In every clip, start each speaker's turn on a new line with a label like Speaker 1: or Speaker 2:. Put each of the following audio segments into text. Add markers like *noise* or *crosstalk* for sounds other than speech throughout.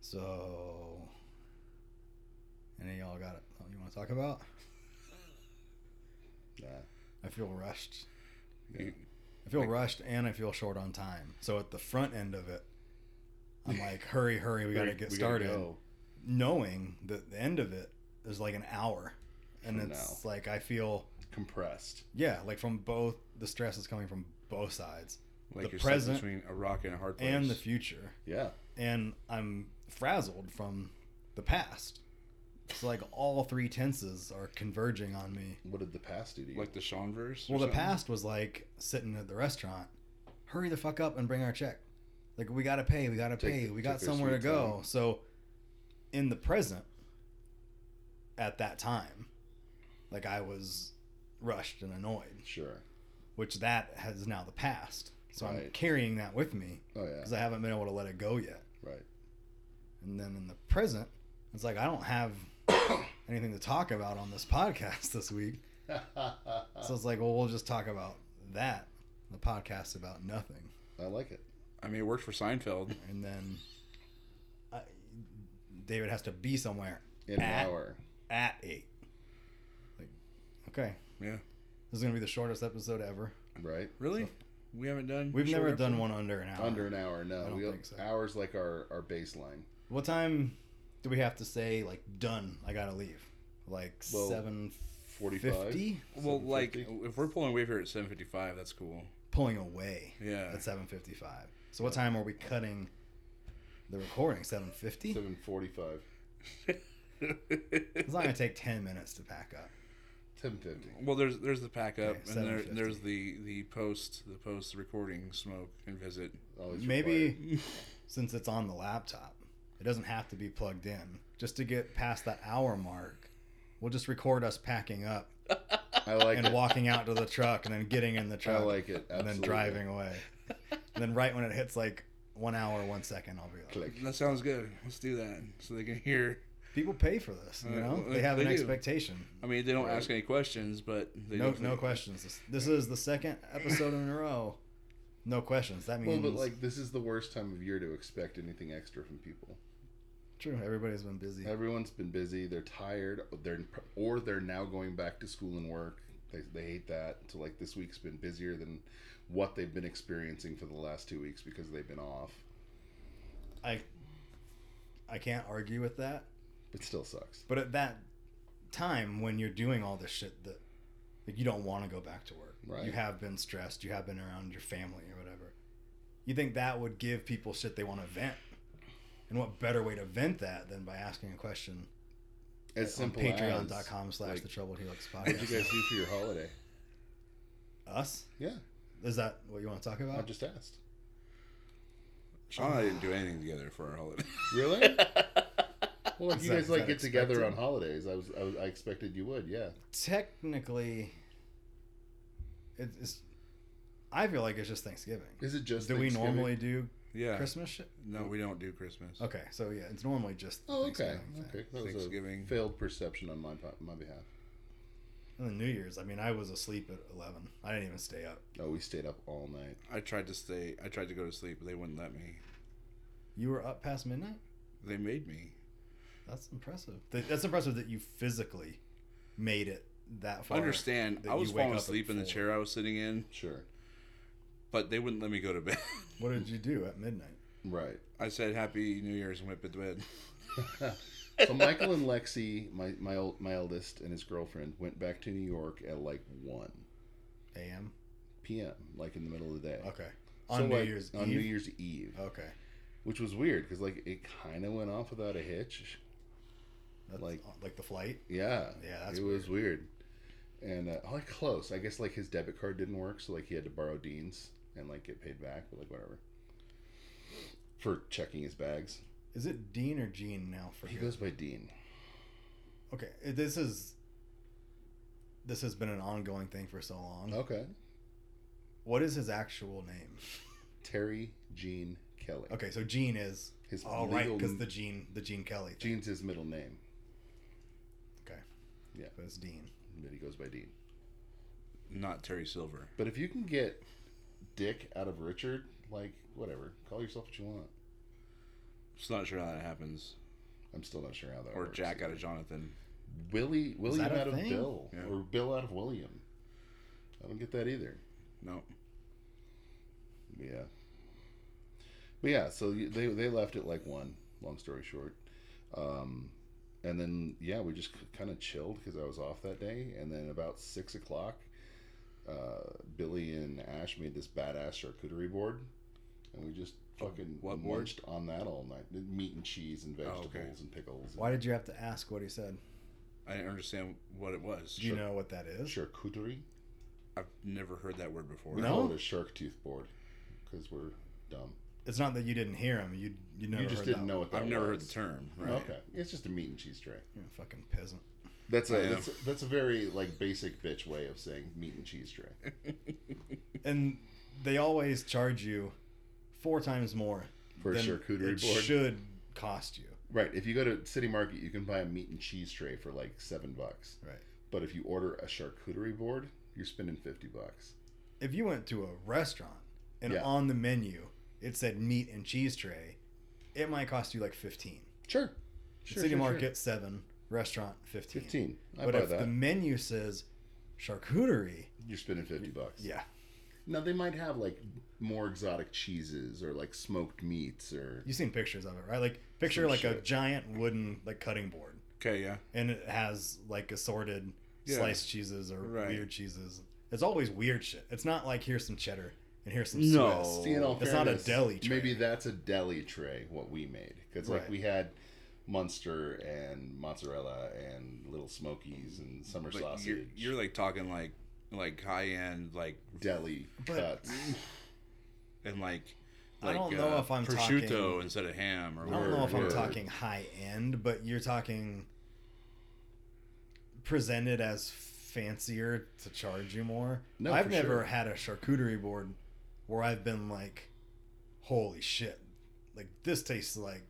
Speaker 1: So, any of y'all got it? Something you want to talk about?
Speaker 2: Nah.
Speaker 1: I feel rushed.
Speaker 2: You-
Speaker 1: I feel rushed and I feel short on time. So at the front end of it,
Speaker 2: *laughs*
Speaker 1: I'm like, hurry, hurry, we got to get started.
Speaker 2: go.
Speaker 1: Knowing that the end of it is like an hour. And
Speaker 2: From
Speaker 1: it's like, I feel,
Speaker 2: Compressed.
Speaker 1: yeah, like from both, the stress is coming from both sides
Speaker 2: Like
Speaker 1: The
Speaker 2: you're
Speaker 1: present
Speaker 2: present between a rock and a hard place.
Speaker 1: and the future.
Speaker 2: yeah.
Speaker 1: And I'm frazzled from the past. It's like all three tenses are converging on me.
Speaker 3: What did the past do to you?
Speaker 2: Like the Sean verse. or
Speaker 1: Well, the
Speaker 2: something?
Speaker 1: past was like sitting at the restaurant. Hurry the fuck up and bring our check. Like we gotta pay, we gotta
Speaker 2: Take
Speaker 1: pay,
Speaker 2: the-
Speaker 1: we
Speaker 2: take
Speaker 1: got
Speaker 2: their
Speaker 1: somewhere to
Speaker 2: sweet
Speaker 1: go.
Speaker 2: time.
Speaker 1: So, in the present, at that time, like I was rushed and annoyed,
Speaker 3: sure.
Speaker 1: which that has now the past. So I'm
Speaker 3: Right.
Speaker 1: carrying that with me
Speaker 3: Oh yeah.
Speaker 1: because I haven't been able to let it go yet.
Speaker 3: Right. *laughs*
Speaker 1: And then in the present, it's like I don't
Speaker 2: *coughs*
Speaker 1: have anything to talk about on this *laughs* podcast this week. So it's like, well, we'll just talk about that. The podcast about nothing,
Speaker 3: I like it.
Speaker 2: I mean, it worked for Seinfeld.
Speaker 1: *laughs* and then I, David has to be somewhere
Speaker 3: In
Speaker 1: Ah.
Speaker 3: an hour.
Speaker 1: at eight. Like, okay,
Speaker 2: Yeah.
Speaker 1: this is gonna be the shortest episode ever.
Speaker 3: Right.
Speaker 2: Really? We haven't done.
Speaker 1: We've
Speaker 2: short
Speaker 1: never
Speaker 2: episode?
Speaker 1: done one under an hour.
Speaker 3: Under an hour. No.
Speaker 1: I don't
Speaker 3: we go-
Speaker 1: think so.
Speaker 3: Hours like our our baseline.
Speaker 1: What time do we have to say like done? I gotta leave. Like
Speaker 3: Well,
Speaker 1: seven
Speaker 3: 45?
Speaker 1: fifty.
Speaker 2: Well, like
Speaker 3: 7:50?
Speaker 2: if we're pulling away here at 7:55, that's cool.
Speaker 1: Pulling away
Speaker 2: Yeah.
Speaker 1: *laughs* at seven fifty five. So what time are we cutting the recording? Seven fifty.
Speaker 3: Seven forty-five.
Speaker 1: It's not gonna take ten minutes to pack up.
Speaker 3: Ten fifty.
Speaker 2: *laughs* well, there's there's the pack up,
Speaker 1: Okay,
Speaker 2: and there,
Speaker 1: 7:50.
Speaker 2: there's the the post the post recording smoke and visit.
Speaker 3: Always required.
Speaker 1: Maybe *laughs* since it's on the laptop, it doesn't have to be plugged in. Just to get past that hour mark, we'll just record us packing up
Speaker 3: I like
Speaker 1: and
Speaker 3: it.
Speaker 1: walking out to the truck and then getting in the
Speaker 3: *laughs* I
Speaker 1: truck
Speaker 3: like it.
Speaker 1: and then
Speaker 3: Absolutely.
Speaker 1: driving away. And then right when it hits like one hour, one second, I'll be like,
Speaker 3: Click.
Speaker 2: That sounds good. Let's do that so they can hear.
Speaker 1: people pay for this, you
Speaker 2: Uh,
Speaker 1: know?
Speaker 2: well,
Speaker 1: They have
Speaker 2: they
Speaker 1: an
Speaker 2: do.
Speaker 1: expectation.
Speaker 2: I mean, they don't ask any questions, but they
Speaker 1: No,
Speaker 2: don't-
Speaker 1: no questions. This, this is the second episode in a row. No questions. That
Speaker 3: Well,
Speaker 1: means
Speaker 3: but like this is the worst time of year to expect anything extra from people.
Speaker 1: true. Everybody's been busy.
Speaker 3: Everyone's been busy. They're tired. They're or they're now going back to school and work. They, they hate that. So like this week's been busier than what they've been experiencing for the last two weeks because they've been off.
Speaker 1: I I can't argue with that.
Speaker 3: It still sucks.
Speaker 1: But at that time when you're doing all this shit that like you don't want to go back to work.
Speaker 3: Right.
Speaker 1: You have been stressed, you have been around your family or whatever. You think that would give people shit they want to vent. And what better way to vent that than by asking a question
Speaker 3: As
Speaker 1: on
Speaker 3: simple as
Speaker 1: patreon.com slash
Speaker 3: like,
Speaker 1: the troubled helix
Speaker 3: What *laughs* did
Speaker 1: podcast.
Speaker 3: you guys do for your holiday?
Speaker 1: Us?
Speaker 3: Yeah,
Speaker 1: Is that what you want to talk about?
Speaker 3: I just asked.
Speaker 2: Sean and I didn't do anything together for our holiday. *laughs*
Speaker 3: Really?
Speaker 1: *laughs*
Speaker 3: Well, if
Speaker 1: Is
Speaker 3: you
Speaker 1: that-
Speaker 3: guys
Speaker 1: is
Speaker 3: like
Speaker 1: that
Speaker 3: get together on
Speaker 1: expected?
Speaker 3: holidays, I was, I was I expected you would. Yeah.
Speaker 1: Technically it is I feel like it's just Thanksgiving.
Speaker 3: Is it just?
Speaker 1: Do we
Speaker 3: Thanksgiving?
Speaker 1: normally do
Speaker 2: Yeah.
Speaker 1: Christmas shit?
Speaker 2: No, we don't do Christmas.
Speaker 1: Okay, so yeah, it's normally just
Speaker 3: Oh, okay.
Speaker 1: Thanksgiving thing.
Speaker 3: Okay. That was
Speaker 2: Thanksgiving.
Speaker 3: a failed perception on my my behalf.
Speaker 1: And then New Year's, I mean, I was asleep at 11. I didn't even stay up.
Speaker 3: Oh, we stayed up all night.
Speaker 2: I tried to stay. I tried to go to sleep, but they wouldn't let me.
Speaker 1: You were up past midnight?
Speaker 2: They made me.
Speaker 1: That's impressive. Th- That's impressive that you physically made it that far.
Speaker 2: Understand?
Speaker 1: that
Speaker 2: I
Speaker 1: you
Speaker 2: was
Speaker 1: wake
Speaker 2: falling
Speaker 1: up at
Speaker 2: asleep in the
Speaker 1: four.
Speaker 2: chair I was sitting in,
Speaker 3: Sure.
Speaker 2: but they wouldn't let me go to bed. *laughs*
Speaker 1: What did you do at midnight?
Speaker 3: Right.
Speaker 2: I said Happy New Year's and went to bed.
Speaker 3: *laughs* So Michael and Lexi, my my old, my eldest and his girlfriend, went back to New York at like one
Speaker 1: A.M.?
Speaker 3: p.m. like in the middle of the day.
Speaker 1: Okay.
Speaker 3: So,
Speaker 1: On New
Speaker 3: like,
Speaker 1: Year's
Speaker 3: on
Speaker 1: Eve?
Speaker 3: New Year's Eve,
Speaker 1: Okay.
Speaker 3: which was weird because like it kind of went off without a hitch.
Speaker 1: That's like,
Speaker 3: Like-
Speaker 1: like the flight?
Speaker 3: Yeah,
Speaker 1: Yeah, that's
Speaker 3: it was weird. And uh, like close, I guess like his debit card didn't work, so like he had to borrow Dean's and like get paid back, but like whatever. For checking his bags,
Speaker 1: Is it Dean or Gene now for
Speaker 3: he
Speaker 1: you?
Speaker 3: goes by Dean.
Speaker 1: Okay, it- this is. This has been an ongoing thing for so long.
Speaker 3: Okay,
Speaker 1: What is his actual name?
Speaker 3: Terry Gene Kelly.
Speaker 1: Okay, so Gene is
Speaker 3: His
Speaker 1: all right
Speaker 3: legal-
Speaker 1: because the Gene, the Gene Kelly. Thing.
Speaker 3: Gene's his middle name,
Speaker 1: Okay.
Speaker 3: Yeah.
Speaker 1: But it's Dean.
Speaker 3: but he goes by Dean.
Speaker 2: Not Terry Silver.
Speaker 3: But if you can get Dick out of Richard, like whatever, call yourself what you want.
Speaker 2: Just not sure how that happens.
Speaker 3: I'm still not sure how that
Speaker 2: Or
Speaker 3: works.
Speaker 2: Jack out of Jonathan.
Speaker 3: Willie William
Speaker 1: that a
Speaker 3: out of
Speaker 1: thing?
Speaker 3: Bill
Speaker 2: Yeah.
Speaker 3: or Bill out of William. I don't get that either.
Speaker 2: No.
Speaker 3: Yeah. But yeah, so you- they they left it like one. Long story short, um, and then yeah, we just kind of chilled because I was off that day. And then about six o'clock, uh, Billy and Ash made this badass charcuterie board, and we just fucking
Speaker 2: What board?
Speaker 3: munched on that all night. Meat and cheese and
Speaker 2: Oh,
Speaker 3: vegetables
Speaker 2: okay.
Speaker 3: and pickles.
Speaker 1: Why did you have to ask what he said?
Speaker 2: I didn't understand what it was.
Speaker 1: Do you know what that is?
Speaker 3: charcuterie?
Speaker 2: I've never heard that word before.
Speaker 3: We
Speaker 1: No.
Speaker 3: call it a shark tooth board because we're dumb.
Speaker 1: It's not that you didn't hear him. You you never
Speaker 3: you just
Speaker 1: heard
Speaker 3: didn't
Speaker 1: that
Speaker 3: know what that
Speaker 2: I've never heard
Speaker 3: was.
Speaker 2: the term. Right.
Speaker 3: Okay, it's just a meat and cheese tray.
Speaker 1: You're a fucking peasant.
Speaker 3: That's a
Speaker 2: I am.
Speaker 3: that's, that's a very like basic bitch way of saying meat and cheese tray.
Speaker 1: And they always charge you four times more
Speaker 3: For a
Speaker 1: than
Speaker 3: charcuterie
Speaker 1: it
Speaker 3: board?
Speaker 1: should cost you.
Speaker 3: Right. If you go to City Market, you can buy a meat and cheese tray for like seven bucks.
Speaker 1: Right.
Speaker 3: But if you order a charcuterie board, you're spending fifty bucks.
Speaker 1: If you went to a restaurant and
Speaker 3: Yeah.
Speaker 1: on the menu it said meat and cheese tray, it might cost you like fifteen.
Speaker 3: Sure. Sure,
Speaker 1: City
Speaker 3: sure, sure.
Speaker 1: Market seven, restaurant fifteen.
Speaker 3: Fifteen. I
Speaker 1: but
Speaker 3: buy
Speaker 1: if
Speaker 3: that.
Speaker 1: the menu says charcuterie,
Speaker 3: You're spending fifty bucks.
Speaker 1: yeah,
Speaker 3: Now they might have like more exotic cheeses or like smoked meats or
Speaker 1: you've seen pictures of it, right? Like picture
Speaker 3: Some
Speaker 1: like a
Speaker 3: shit.
Speaker 1: giant wooden like cutting board,
Speaker 2: Okay. Yeah.
Speaker 1: and it has like assorted
Speaker 2: Yeah.
Speaker 1: sliced cheeses or
Speaker 2: Right.
Speaker 1: weird cheeses. It's always weird shit. It's not like here's some cheddar and here's some
Speaker 2: No.
Speaker 1: Swiss.
Speaker 3: See, in all
Speaker 1: It's not a
Speaker 3: fairness,
Speaker 1: deli tray.
Speaker 3: Maybe that's a deli tray. What we made because like
Speaker 1: Right.
Speaker 3: we had Munster and mozzarella and Little Smokies and summer
Speaker 2: But
Speaker 3: sausage.
Speaker 2: You're, you're like talking like like high end like
Speaker 3: deli
Speaker 1: But-
Speaker 3: cuts.
Speaker 2: and like.
Speaker 1: I
Speaker 2: Like,
Speaker 1: don't know
Speaker 2: uh,
Speaker 1: if I'm
Speaker 2: prosciutto
Speaker 1: talking-
Speaker 2: instead of ham, or
Speaker 1: I don't know if I'm
Speaker 3: Word.
Speaker 1: talking high end, but you're talking presented as fancier to charge you more.
Speaker 3: No,
Speaker 1: I've
Speaker 3: for
Speaker 1: never
Speaker 3: sure.
Speaker 1: had a charcuterie board where I've been like, holy shit, like this tastes like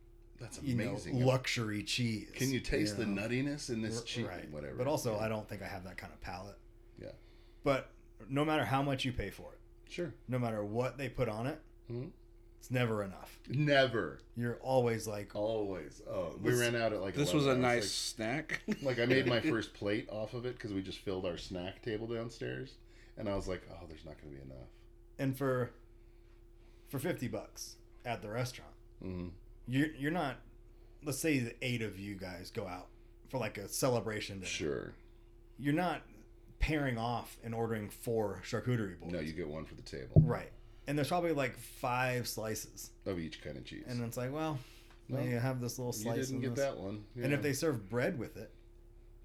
Speaker 3: *sighs* That's
Speaker 1: you
Speaker 3: amazing.
Speaker 1: know luxury cheese.
Speaker 3: Can you taste the
Speaker 1: know?
Speaker 3: nuttiness in this
Speaker 1: R-
Speaker 3: cheese?
Speaker 1: Right.
Speaker 3: Whatever.
Speaker 1: But also,
Speaker 3: Yeah.
Speaker 1: I don't think I have that kind of palate.
Speaker 3: Yeah.
Speaker 1: But no matter how much you pay for it,
Speaker 3: Sure.
Speaker 1: no matter what they put on it,
Speaker 3: Mhm.
Speaker 1: it's never enough.
Speaker 3: Never.
Speaker 1: You're always like,
Speaker 3: Always. Oh, we
Speaker 1: This-
Speaker 3: ran out at like.
Speaker 2: This was a
Speaker 3: 11. I
Speaker 2: nice snack.
Speaker 3: Like, *laughs* like I made
Speaker 2: *laughs*
Speaker 3: my first plate off of it because we just filled our snack table downstairs, and I was like, "Oh, there's not going to be enough."
Speaker 1: and for for 50 bucks at the restaurant
Speaker 3: Mm-hmm.
Speaker 1: you're you're not let's say the eight of you guys go out for like a celebration dinner.
Speaker 3: Sure.
Speaker 1: you're not pairing off and ordering four charcuterie boards
Speaker 3: No, you get one for the table
Speaker 1: right and there's probably like five slices
Speaker 3: of each kind of cheese.
Speaker 1: and it's like well
Speaker 3: No.
Speaker 1: you have this little
Speaker 3: you
Speaker 1: slice
Speaker 3: didn't
Speaker 1: and
Speaker 3: get
Speaker 1: this.
Speaker 3: that one.
Speaker 1: and
Speaker 3: Yeah.
Speaker 1: if they serve bread with it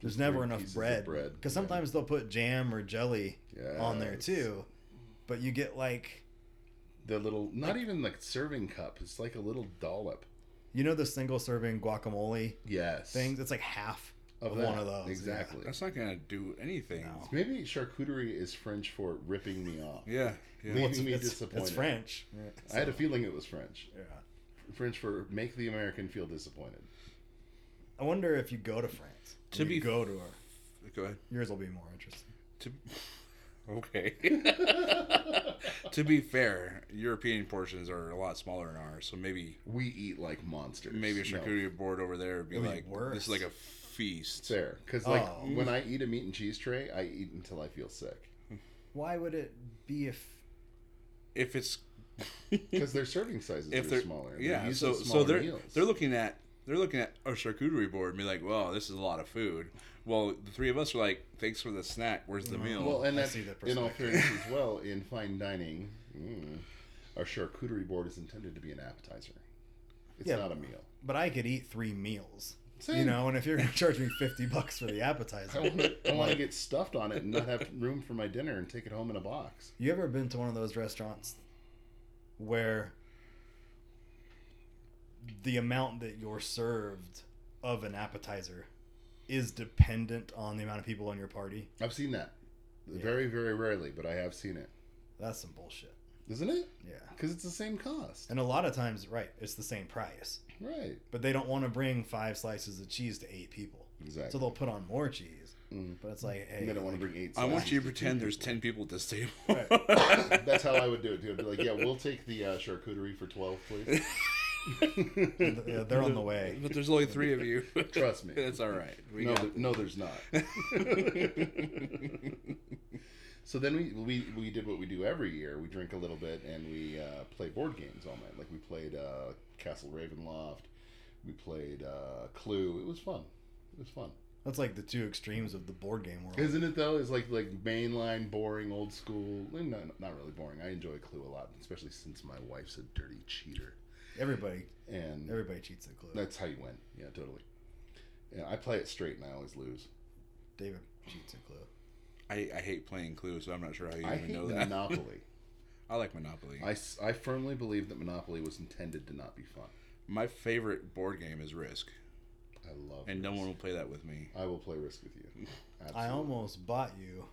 Speaker 1: there's
Speaker 3: Just
Speaker 1: never
Speaker 3: three
Speaker 1: enough
Speaker 3: pieces of
Speaker 1: bread
Speaker 3: bread,
Speaker 1: because
Speaker 3: yeah.
Speaker 1: sometimes they'll put jam or jelly on there
Speaker 3: Yes.
Speaker 1: too but you get like
Speaker 3: the little, not even like serving cup. It's like a little dollop.
Speaker 1: you know the single serving guacamole
Speaker 3: Yes.
Speaker 1: things. It's like half of,
Speaker 3: that.
Speaker 1: one of those. yeah.
Speaker 3: Exactly.
Speaker 2: That's not gonna do anything.
Speaker 1: No.
Speaker 3: Maybe charcuterie is French for ripping me off.
Speaker 2: Yeah. Yeah.
Speaker 3: Leave
Speaker 1: It's,
Speaker 3: me
Speaker 1: it's-
Speaker 3: disappointed.
Speaker 1: it's French.
Speaker 3: I had a feeling it was French.
Speaker 1: Yeah.
Speaker 3: French for make the American feel disappointed.
Speaker 1: I wonder if you go to France.
Speaker 2: To
Speaker 1: you
Speaker 2: be-
Speaker 1: go to her,
Speaker 2: Go ahead.
Speaker 1: yours will be more interesting.
Speaker 2: To, *laughs* okay. *laughs* to be fair, European portions are a lot smaller than ours, so maybe
Speaker 3: We eat like monsters.
Speaker 2: maybe a
Speaker 3: No,
Speaker 2: charcuterie board over there would be
Speaker 1: It'd be
Speaker 2: like this
Speaker 1: worse.
Speaker 2: is like a feast.
Speaker 3: fair, because like
Speaker 1: Oh.
Speaker 3: when I eat a meat and cheese tray, I eat until I feel sick.
Speaker 1: Why would it be if?
Speaker 3: *laughs*
Speaker 2: If it's
Speaker 3: Because their serving sizes
Speaker 2: if
Speaker 3: are
Speaker 2: they're
Speaker 3: smaller.
Speaker 2: yeah,
Speaker 3: they're
Speaker 2: so so they're they're looking at they're looking at a charcuterie board and be like, "Well, this is a lot of food." Well, the three of us are like, "Thanks for the snack. Where's the meal?"
Speaker 3: Uh-huh. well, and
Speaker 1: I
Speaker 3: that's
Speaker 1: see the
Speaker 3: in all
Speaker 1: perspective. *laughs*
Speaker 3: fairness as well. In fine dining, mm, our charcuterie board is intended to be an appetizer. It's
Speaker 1: Yeah.
Speaker 3: not a meal.
Speaker 1: But I could eat three meals. You
Speaker 3: Same.
Speaker 1: know, and if you're gonna charge me fifty bucks for the
Speaker 3: I
Speaker 1: appetizer,
Speaker 3: want to I want to get stuffed on it and not have room for my dinner and take it home in a box.
Speaker 1: you ever been to one of those restaurants where the amount that you're served of an appetizer is dependent on the amount of people in your party?
Speaker 3: I've seen that.
Speaker 1: Yeah.
Speaker 3: Very, very rarely, but I have seen it.
Speaker 1: That's some bullshit.
Speaker 3: Isn't it?
Speaker 1: Yeah.
Speaker 3: Because it's the same cost.
Speaker 1: And a lot of times, right, it's the same price,
Speaker 3: Right.
Speaker 1: but they don't want to bring five slices of cheese to eight people,
Speaker 3: Exactly.
Speaker 1: so they'll put on more cheese.
Speaker 3: Mm.
Speaker 1: But it's like, hey,
Speaker 3: And they don't want to bring eight.
Speaker 2: I want
Speaker 3: slices
Speaker 2: you to
Speaker 3: two *laughs*
Speaker 2: pretend there's
Speaker 3: people.
Speaker 2: ten people at this table.
Speaker 1: Right.
Speaker 3: *laughs*
Speaker 2: *laughs* *laughs*
Speaker 3: That's how I would do it, too. I'd be like, yeah, we'll take the uh, charcuterie for 12, please.
Speaker 1: yeah, they're on the
Speaker 3: *laughs*
Speaker 1: way.
Speaker 2: But there's only three of you.
Speaker 3: Trust me.
Speaker 2: That's all right. We
Speaker 3: no,
Speaker 2: got
Speaker 3: th- no, there's not. *laughs* so then we, we we did what we do every year. We drink a little bit and we uh, play board games all night. Like we played uh, Castle Ravenloft. We played uh, Clue. It was fun. It was fun.
Speaker 1: That's like the two extremes of the board game world.
Speaker 3: Isn't it though? It's like like mainline, boring, old school. Well, Not, not really boring. I enjoy Clue a lot, especially since my wife's a dirty cheater.
Speaker 1: Everybody,
Speaker 3: And
Speaker 1: everybody cheats at Clue.
Speaker 3: that's how you win. Yeah, totally. Yeah, I play it straight and I always lose.
Speaker 1: David cheats at Clue.
Speaker 2: I, I hate playing Clue, so I'm not sure how you
Speaker 3: I
Speaker 2: even
Speaker 3: hate
Speaker 2: know that. *laughs*
Speaker 3: Monopoly.
Speaker 2: I like Monopoly.
Speaker 3: I, s- I firmly believe that Monopoly was intended to not be fun.
Speaker 2: My favorite board game is Risk,
Speaker 3: I love
Speaker 2: and no
Speaker 3: Risk.
Speaker 2: one will play that with me.
Speaker 3: I will play Risk with you. Absolutely.
Speaker 1: *laughs* I almost bought you.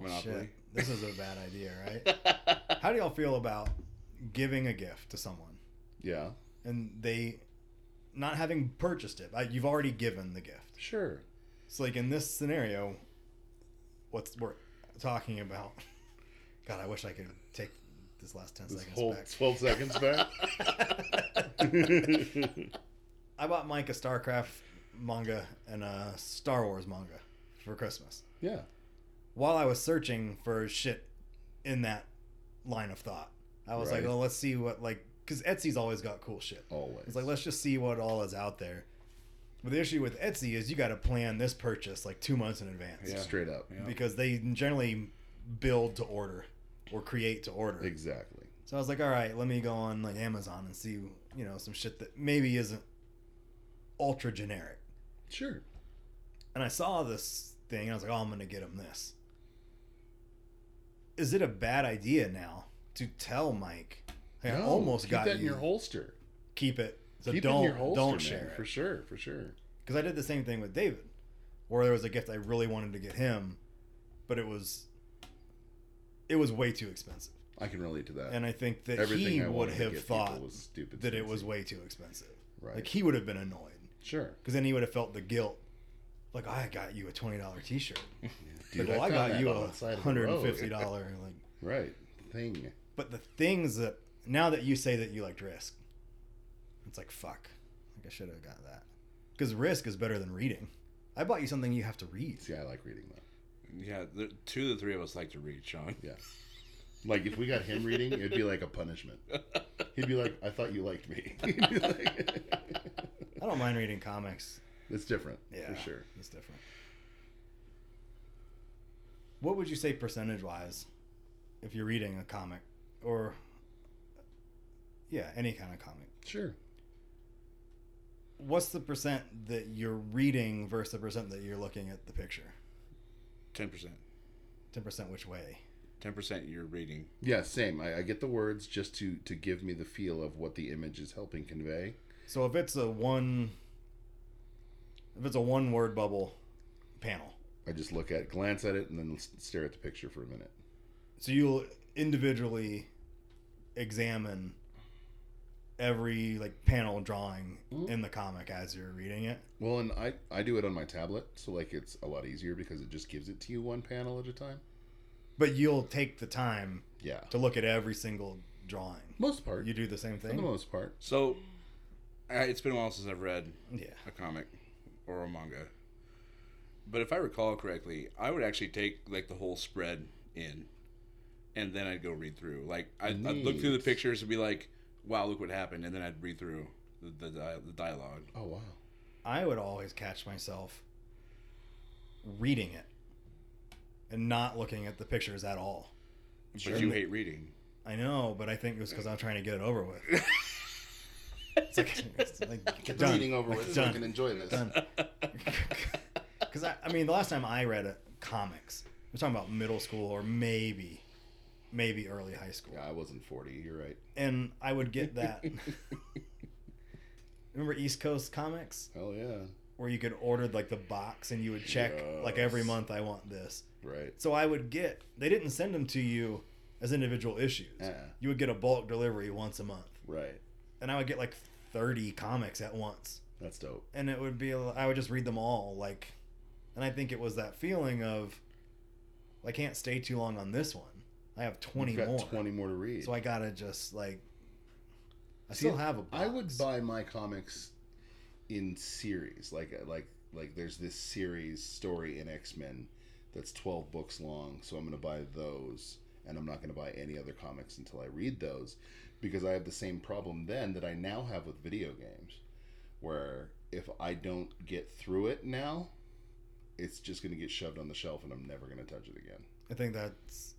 Speaker 2: Monopoly.
Speaker 3: Oh,
Speaker 1: Shit, this is a bad idea, right?
Speaker 3: *laughs*
Speaker 1: How do y'all feel about giving a gift to someone
Speaker 3: Yeah.
Speaker 1: and they not having purchased it? Like, you've already given the gift.
Speaker 3: Sure.
Speaker 1: So like in this scenario, what's we're talking about? *laughs* God, I wish I could take this last ten
Speaker 3: This
Speaker 1: seconds
Speaker 3: whole
Speaker 1: back.
Speaker 3: 12
Speaker 1: *laughs*
Speaker 3: seconds back. *laughs*
Speaker 1: I bought Mike a StarCraft manga and a Star Wars manga for Christmas.
Speaker 3: yeah.
Speaker 1: While I was searching for shit in that line of thought, I was like,
Speaker 3: Right.
Speaker 1: "Oh, let's see what like because Etsy's always got cool shit."
Speaker 3: Always.
Speaker 1: It's like let's just see what all is out there. But the issue with Etsy is you got to plan this purchase like two months in advance.
Speaker 2: Yeah.
Speaker 3: Straight up.
Speaker 2: Yeah.
Speaker 1: because they generally build to order or create to order.
Speaker 3: Exactly.
Speaker 1: So I was like, all right, let me go on like Amazon and see, you know, some shit that maybe isn't ultra generic.
Speaker 3: Sure.
Speaker 1: And I saw this thing and I was like, oh, I'm going to get him this. Is it a bad idea now to tell Mike? Hey, I
Speaker 3: No,
Speaker 1: almost
Speaker 3: keep
Speaker 1: got
Speaker 3: that
Speaker 1: you.
Speaker 3: in your holster.
Speaker 1: keep it. So
Speaker 3: keep
Speaker 1: don't
Speaker 3: it in your holster,
Speaker 1: don't
Speaker 3: man,
Speaker 1: share it.
Speaker 3: For sure. For sure.
Speaker 1: because I did the same thing with David, where there was a gift I really wanted to get him, but it was it was way too expensive,
Speaker 3: I can relate to that.
Speaker 1: and I think that
Speaker 3: Everything
Speaker 1: he
Speaker 3: I
Speaker 1: would
Speaker 3: wanted to
Speaker 1: have
Speaker 3: give people
Speaker 1: thought
Speaker 3: was stupid.
Speaker 1: that it was
Speaker 3: expensive.
Speaker 1: way too expensive.
Speaker 3: right.
Speaker 1: Like he would have been annoyed
Speaker 3: sure.
Speaker 1: because then he would have felt the guilt. Like I got you a twenty dollar T shirt.
Speaker 3: Dude,
Speaker 1: well, I,
Speaker 3: found
Speaker 1: got
Speaker 3: that
Speaker 1: you
Speaker 3: on
Speaker 1: a
Speaker 3: the side of the
Speaker 1: hundred and
Speaker 3: road.
Speaker 1: fifty dollar. Like,
Speaker 3: *laughs* Right. Thing.
Speaker 1: but the things that now that you say that you liked Risk, it's like fuck. Like I should have got that because Risk is better than reading. I bought you something you have to read.
Speaker 3: See, I like reading that.
Speaker 2: Yeah, the, two of the three of us like to read, Sean.
Speaker 3: Like if we got him reading, it'd be like
Speaker 1: *laughs*
Speaker 3: a punishment. He'd be like, "I thought you liked me." *laughs* He'd be like- *laughs*
Speaker 1: I don't mind reading comics.
Speaker 3: it's different,
Speaker 1: Yeah,
Speaker 3: for sure.
Speaker 1: It's different. What would you say percentage wise if you're reading a comic or yeah, any kind of comic?
Speaker 3: Sure.
Speaker 1: What's the percent that you're reading versus the percent that you're looking at the picture?
Speaker 2: Ten percent.
Speaker 1: 10% which way?
Speaker 2: Ten percent you're reading.
Speaker 3: Yeah, same. I, I get the words just to to give me the feel of what the image is helping convey.
Speaker 1: So if it's a one if it's a one word bubble panel.
Speaker 3: I just look at, glance at it, and then s- stare at the picture for a minute.
Speaker 1: So you'll individually examine every like panel drawing
Speaker 3: Mhm.
Speaker 1: in the comic as you're reading it.
Speaker 3: Well, and I I do it on my tablet, so like it's a lot easier because it just gives it to you one panel at a time.
Speaker 1: But you'll take the time
Speaker 3: Yeah,
Speaker 1: to look at every single drawing.
Speaker 3: most part.
Speaker 1: You do the same
Speaker 3: for the
Speaker 1: thing?
Speaker 3: most part.
Speaker 2: So, I, it's been a while since I've read
Speaker 1: Yeah.
Speaker 2: a comic or a manga. But if I recall correctly, I would actually take like the whole spread in, and then I'd go read through. Like I'd, I'd look through the
Speaker 3: Neat.
Speaker 2: pictures and be like, "Wow, look what happened," and then I'd read through the the, dia- the dialogue.
Speaker 3: Oh wow.
Speaker 1: I would always catch myself reading it and not looking at the pictures at all.
Speaker 2: But you hate reading.
Speaker 1: I know, but I think it was because I'm trying to get it over with. it's like, it's like
Speaker 3: *laughs* Get the
Speaker 1: done.
Speaker 3: meeting over
Speaker 1: Like,
Speaker 3: with. so we
Speaker 1: Done.
Speaker 3: can enjoy this.
Speaker 1: done.
Speaker 3: *laughs*
Speaker 1: *laughs* Because I, I mean, the last time I read it, comics, we're talking about middle school or maybe, maybe early high school,
Speaker 3: Yeah, I wasn't forty. You're right.
Speaker 1: and I would get that.
Speaker 3: *laughs*
Speaker 1: Remember East Coast Comics,
Speaker 3: Hell yeah.
Speaker 1: where you could order like the box and you would check like every
Speaker 3: Yes.
Speaker 1: month I want this.
Speaker 3: Right.
Speaker 1: So I would get. They didn't send them to you as individual issues.
Speaker 3: Uh-uh.
Speaker 1: You would get a bulk delivery once a month,
Speaker 3: Right.
Speaker 1: and I would get like thirty comics at once.
Speaker 3: That's dope.
Speaker 1: and it would be I would just read them all like and I think it was that feeling of I can't stay too long on this one. I have 20
Speaker 3: You've got
Speaker 1: more.
Speaker 3: Twenty more to read.
Speaker 1: So I got to just like I
Speaker 3: See,
Speaker 1: still have a box.
Speaker 3: I would buy my comics in series, like uh, like like. There's this series story in X Men that's 12 books long, so I'm going to buy those, and I'm not going to buy any other comics until I read those, because I have the same problem then that I now have with video games, where if I don't get through it now, it's just going to get shoved on the shelf, and I'm never going to touch it again.
Speaker 1: I think that's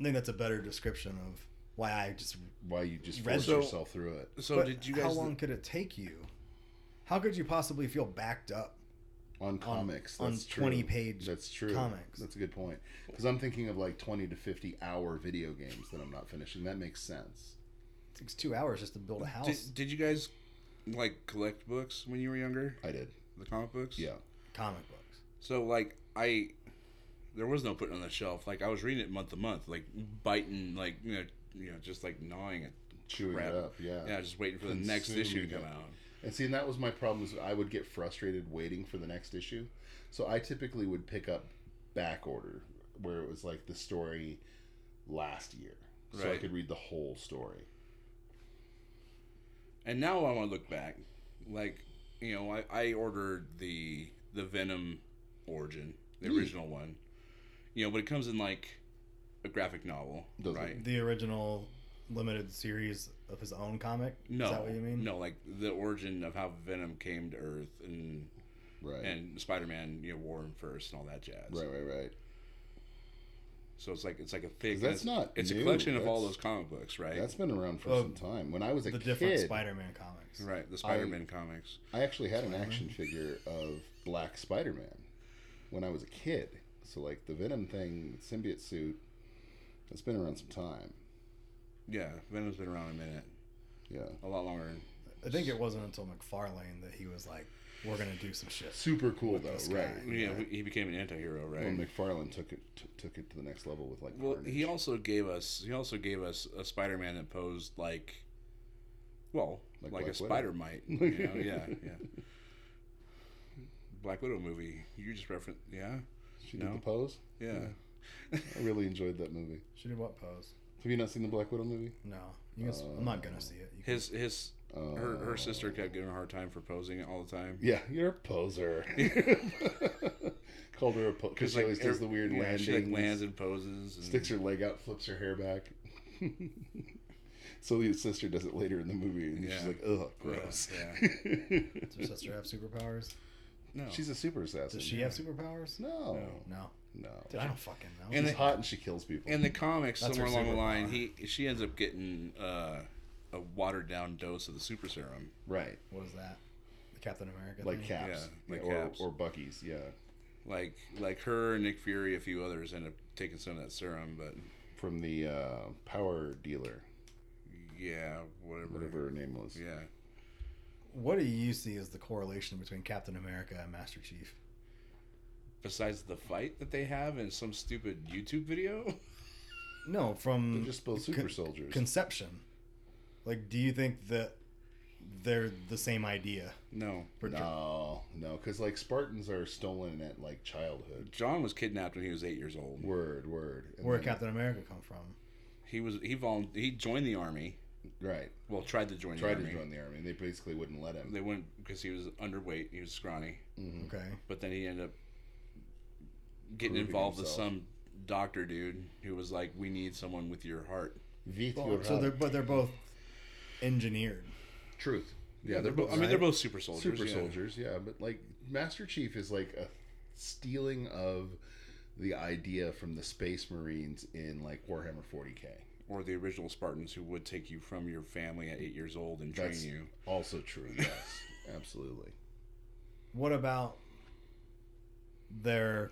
Speaker 1: I think that's a better description of why I just
Speaker 3: Why you just force
Speaker 2: Reso-
Speaker 3: yourself through it?
Speaker 2: So
Speaker 1: But
Speaker 2: did you guys?
Speaker 1: How long could it take you? How could you possibly feel backed up?
Speaker 3: on comics
Speaker 1: on
Speaker 3: that's true.
Speaker 1: 20 page
Speaker 3: that's true
Speaker 1: comics.
Speaker 3: that's a good point because i'm thinking of like 20 to 50 hour video games that i'm not finishing that makes sense
Speaker 1: It takes two hours just to build a house.
Speaker 2: Did, did you guys like collect books when you were younger?
Speaker 3: i did
Speaker 2: The comic books.
Speaker 3: yeah
Speaker 1: Comic books.
Speaker 2: So like I, there was no putting it on the shelf. Like I was reading it month to month, like biting, like you know, you know, just like gnawing it.
Speaker 3: chewing
Speaker 2: Crap.
Speaker 3: it up yeah.
Speaker 2: Yeah, just waiting for the next
Speaker 3: Consuming
Speaker 2: issue to come
Speaker 3: it.
Speaker 2: out.
Speaker 3: and see and that was my problem is i would get frustrated waiting for the next issue so i typically would pick up back order where it was like the story last year so i
Speaker 2: Right.
Speaker 3: could read the whole story
Speaker 2: And now I want to look back, like you know, I, I ordered the the Venom Origin, the
Speaker 3: Mm.
Speaker 2: original one. You know, but it comes in like a graphic novel,
Speaker 3: Those
Speaker 2: right?
Speaker 1: The original limited series of his own comic.
Speaker 2: No,
Speaker 1: Is that what you mean?
Speaker 2: no, like the origin of how Venom came to Earth and
Speaker 3: right
Speaker 2: and Spider Man, you know, wore him first and all that jazz.
Speaker 3: right right right
Speaker 2: So it's like it's like a thing.
Speaker 3: That's not
Speaker 2: It's
Speaker 3: new.
Speaker 2: a collection of all
Speaker 3: That's-
Speaker 2: those comic books, right?
Speaker 3: that's been around for
Speaker 1: Oh,
Speaker 3: some time when i was a
Speaker 1: The
Speaker 3: kid
Speaker 1: different Spider-Man comics.
Speaker 2: right. The Spider Man comics.
Speaker 3: I actually had an action figure of Black Spider Man when I was a kid. So, like, the Venom thing, symbiote suit, that's been around some time.
Speaker 2: Yeah, Venom's been around a minute,
Speaker 3: Yeah.
Speaker 2: a lot longer.
Speaker 1: I think it wasn't until McFarlane that he was like, "We're gonna do some shit."
Speaker 3: Super cool, though,
Speaker 1: this
Speaker 3: right?
Speaker 1: guy.
Speaker 2: Yeah, we he became an anti-hero, right?
Speaker 3: When McFarlane took it, t- took it to the next level with, like,
Speaker 2: Well,
Speaker 3: Carnage. *laughs*
Speaker 2: he also gave us he also gave us a Spider-Man that posed like, well,
Speaker 3: Like
Speaker 2: like,
Speaker 3: Black
Speaker 2: a
Speaker 3: Widow.
Speaker 2: spider might. You
Speaker 3: *laughs*
Speaker 2: know? yeah, yeah. Black Widow movie. You just referenced, yeah,
Speaker 3: She
Speaker 2: no.
Speaker 3: did the pose.
Speaker 2: yeah.
Speaker 3: I really enjoyed that movie.
Speaker 1: She did what pose?
Speaker 3: Have you not seen the Black Widow movie?
Speaker 1: No, you can, I'm not gonna see it. You can,
Speaker 2: His his
Speaker 3: Oh.
Speaker 2: her her sister kept giving her a hard time for posing all the time.
Speaker 3: Yeah, you're a
Speaker 2: *laughs*
Speaker 3: poser. *laughs* Called her a poser because she
Speaker 2: like,
Speaker 3: always does
Speaker 2: every-
Speaker 3: the weird
Speaker 2: yeah,
Speaker 3: landing.
Speaker 2: She like lands and poses. And,
Speaker 3: sticks her leg out, flips her hair back. *laughs* Sylvia's sister does it later in the movie, and she's
Speaker 2: Yeah.
Speaker 3: like, "Ugh,
Speaker 2: Yeah,
Speaker 3: gross." *laughs*
Speaker 2: Yeah.
Speaker 1: does her sister have superpowers?
Speaker 2: No.
Speaker 3: she's a super assassin.
Speaker 1: Does she have superpowers?
Speaker 3: No,
Speaker 2: No.
Speaker 1: No,
Speaker 3: no.
Speaker 1: dude, I don't fucking know.
Speaker 2: And
Speaker 3: She's
Speaker 2: it-
Speaker 3: hot and she kills people.
Speaker 2: in the comics,
Speaker 1: That's her
Speaker 2: somewhere along the line,
Speaker 1: superpower.
Speaker 2: he she ends up getting uh, a watered down dose of the super serum.
Speaker 3: right,
Speaker 1: what is that? The Captain America.
Speaker 3: like
Speaker 1: thing?
Speaker 3: caps,
Speaker 2: Yeah, like
Speaker 3: or
Speaker 2: Caps.
Speaker 3: or Bucky's. Yeah,
Speaker 2: Like like her, Nick Fury, a few others end up taking some of that serum, but
Speaker 3: from the uh, power dealer,
Speaker 2: yeah, whatever.
Speaker 3: whatever her name was.
Speaker 2: Yeah.
Speaker 1: What do you see as the correlation between Captain America and Master Chief?
Speaker 2: Besides the fight that they have in some stupid YouTube video, *laughs*
Speaker 1: No, from
Speaker 3: They're just both super
Speaker 1: con-
Speaker 3: soldiers.
Speaker 1: conception. Like, do you think that they're the same idea?
Speaker 2: no.
Speaker 1: For
Speaker 3: no, no, because like Spartans are stolen at like childhood.
Speaker 2: John was kidnapped when he was eight years old.
Speaker 3: Word, word. And
Speaker 1: Where
Speaker 3: then-
Speaker 1: Captain America come from?
Speaker 2: He was he volun he joined the army.
Speaker 3: Right.
Speaker 2: Well, tried to join the
Speaker 3: Tried
Speaker 2: army.
Speaker 3: to join the army, and they basically wouldn't let him.
Speaker 2: They went because he was underweight. He was scrawny.
Speaker 3: Mhm.
Speaker 1: Okay,
Speaker 2: but then he ended up getting
Speaker 3: Proving
Speaker 2: involved with
Speaker 3: himself.
Speaker 2: some doctor dude who was like, "We need someone with your heart."
Speaker 3: Vith
Speaker 1: well, so they're but they're both engineered.
Speaker 3: truth.
Speaker 2: Yeah, they're, both. I mean,
Speaker 1: right?
Speaker 2: they're both super soldiers.
Speaker 3: super
Speaker 2: yeah.
Speaker 3: soldiers. Yeah, but like Master Chief is like a stealing of the idea from the Space Marines in like Warhammer 40k.
Speaker 2: or the original Spartans who would take you from your family at eight years old and train
Speaker 3: That's
Speaker 2: you.
Speaker 3: also true. Yes,
Speaker 1: *laughs*
Speaker 3: absolutely.
Speaker 1: What about their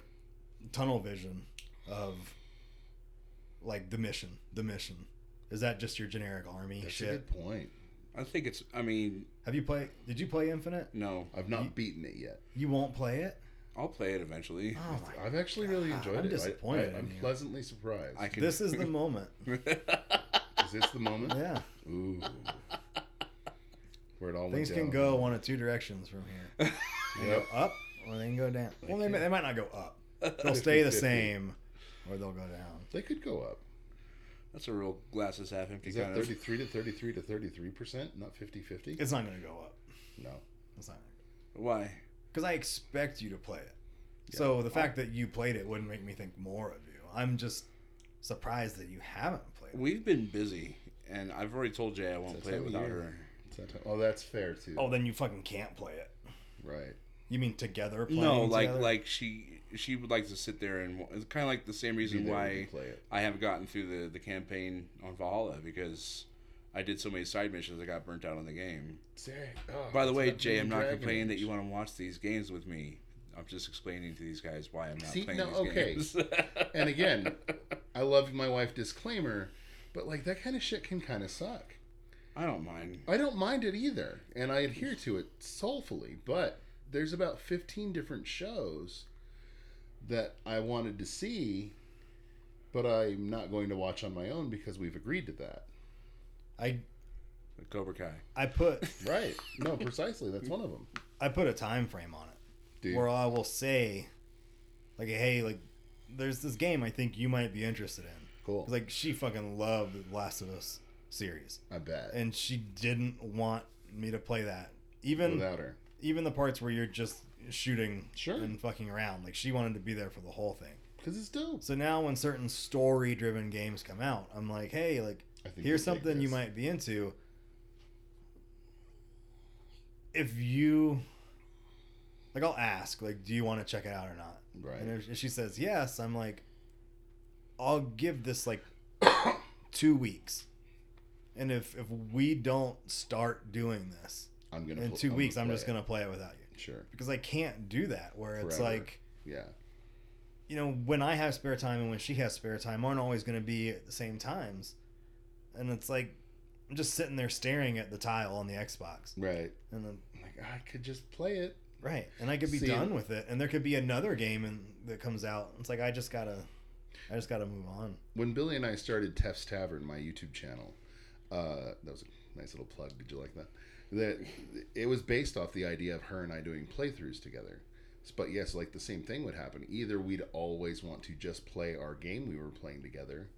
Speaker 1: tunnel vision of like the mission? The mission is that just your generic army
Speaker 3: That's
Speaker 1: shit?
Speaker 3: a good point.
Speaker 2: I think it's. I mean,
Speaker 1: Have you played? Did you play Infinite?
Speaker 2: no,
Speaker 3: I've not beaten it yet.
Speaker 1: You won't play it.
Speaker 2: I'll play it eventually.
Speaker 1: Oh my!
Speaker 3: I've actually really
Speaker 1: God,
Speaker 3: enjoyed
Speaker 1: I'm
Speaker 3: it. I-
Speaker 1: disappointed
Speaker 3: I, am
Speaker 1: in you.
Speaker 3: pleasantly surprised.
Speaker 2: I can.
Speaker 1: This is the
Speaker 3: *laughs*
Speaker 1: moment.
Speaker 3: Is this the moment?
Speaker 1: *laughs* Yeah,
Speaker 3: Ooh. Where it all
Speaker 1: things
Speaker 3: went
Speaker 1: can
Speaker 3: down.
Speaker 1: go one of two directions from here:
Speaker 3: Yep.
Speaker 1: up or they can go down. Well, they,
Speaker 3: Okay.
Speaker 1: may- they might *laughs* not go up. They'll stay the
Speaker 3: 50-50.
Speaker 1: same, or they'll go down.
Speaker 3: They could go up.
Speaker 2: That's a real glasses half empty
Speaker 3: Is
Speaker 2: kind
Speaker 3: that
Speaker 2: of.
Speaker 3: 33 to 33 to 33 percent, not 50 50?
Speaker 1: It's not going to go up.
Speaker 3: No.
Speaker 1: It's not.
Speaker 2: Why?
Speaker 1: Because I expect you to play it. So the fact that you played it wouldn't make me think more of you. I'm just surprised that you haven't played it.
Speaker 2: We've been busy, and I've already told Jay I won't
Speaker 3: It's that
Speaker 2: play
Speaker 3: time
Speaker 2: it
Speaker 3: of
Speaker 2: without
Speaker 3: year.
Speaker 2: her.
Speaker 3: Is that- Oh, that's fair too.
Speaker 1: Oh, then you fucking can't play it.
Speaker 3: Right.
Speaker 1: You mean together playing?
Speaker 2: No, like
Speaker 1: together?
Speaker 2: like she she would like to sit there and it's kind of like the same
Speaker 3: Be
Speaker 2: reason
Speaker 3: there when you
Speaker 2: why
Speaker 3: play it.
Speaker 2: I haven't gotten through the the campaign on Valhalla because I did so many side missions I got burnt out on the game.
Speaker 3: Sarah, oh,
Speaker 2: By the
Speaker 3: it's
Speaker 2: way,
Speaker 3: not
Speaker 2: Jay,
Speaker 3: being
Speaker 2: I'm not
Speaker 3: Dragon
Speaker 2: complaining that
Speaker 3: Age.
Speaker 2: you want to watch these games with me. I'm just explaining to these guys why I'm not
Speaker 3: See,
Speaker 2: playing
Speaker 3: no,
Speaker 2: these
Speaker 3: okay.
Speaker 2: games.
Speaker 3: *laughs*
Speaker 2: *laughs*
Speaker 3: And again, I love my wife disclaimer, but like that kind of shit can kind of suck.
Speaker 2: I don't mind.
Speaker 3: I don't mind it either, and I adhere to it soulfully, but there's about 15 different shows that I wanted to see, but I'm not going to watch on my own because we've agreed to that.
Speaker 1: I
Speaker 2: Cobra Kai.
Speaker 1: I put *laughs*
Speaker 3: Right.
Speaker 2: *laughs*
Speaker 3: No, precisely. That's one of them.
Speaker 1: I put a time frame on it
Speaker 3: Dude.
Speaker 1: where I will say, like, hey, like, there's this game I think you might be interested in.
Speaker 3: Cool.
Speaker 1: 'Cause, Like she fucking loved the Last of Us series,
Speaker 3: I bet.
Speaker 1: and she didn't want me to play that. Even
Speaker 3: Without her.
Speaker 1: even the parts where you're just shooting
Speaker 3: Sure.
Speaker 1: and fucking around. Like she wanted to be there for the whole thing.
Speaker 3: Because it's dope.
Speaker 1: So now when certain story driven games come out, I'm like, hey, like
Speaker 3: I
Speaker 1: here's
Speaker 3: think you dig
Speaker 1: something you
Speaker 3: this.
Speaker 1: might be into. If you like I'll ask, like, do you want to check it out or not?
Speaker 3: Right.
Speaker 1: And if she says yes, I'm like, I'll give this like *coughs* two weeks. And if if we don't start doing this
Speaker 3: I'm going to
Speaker 1: in two weeks, I'm just gonna play it without you
Speaker 3: Sure.
Speaker 1: because I can't do that where it's
Speaker 3: Forever.
Speaker 1: like
Speaker 3: Yeah.
Speaker 1: you know when I have spare time and when she has spare time aren't always going to be at the same times and it's like I'm just sitting there staring at the tile on the Xbox
Speaker 3: Right.
Speaker 1: and then
Speaker 3: I'm like, "Oh, I could just play it.
Speaker 1: right and I could be
Speaker 3: See-
Speaker 1: done with it and there could be another game and that comes out it's like I just got to I just got to move on
Speaker 3: when Billy and I started Tef's Tavern, my YouTube channel, uh, that was a nice little plug. Did you like that? That it was based off the idea of her and I doing playthroughs together. But yes, like the same thing would happen. Either we'd always want to just play our game we were playing together,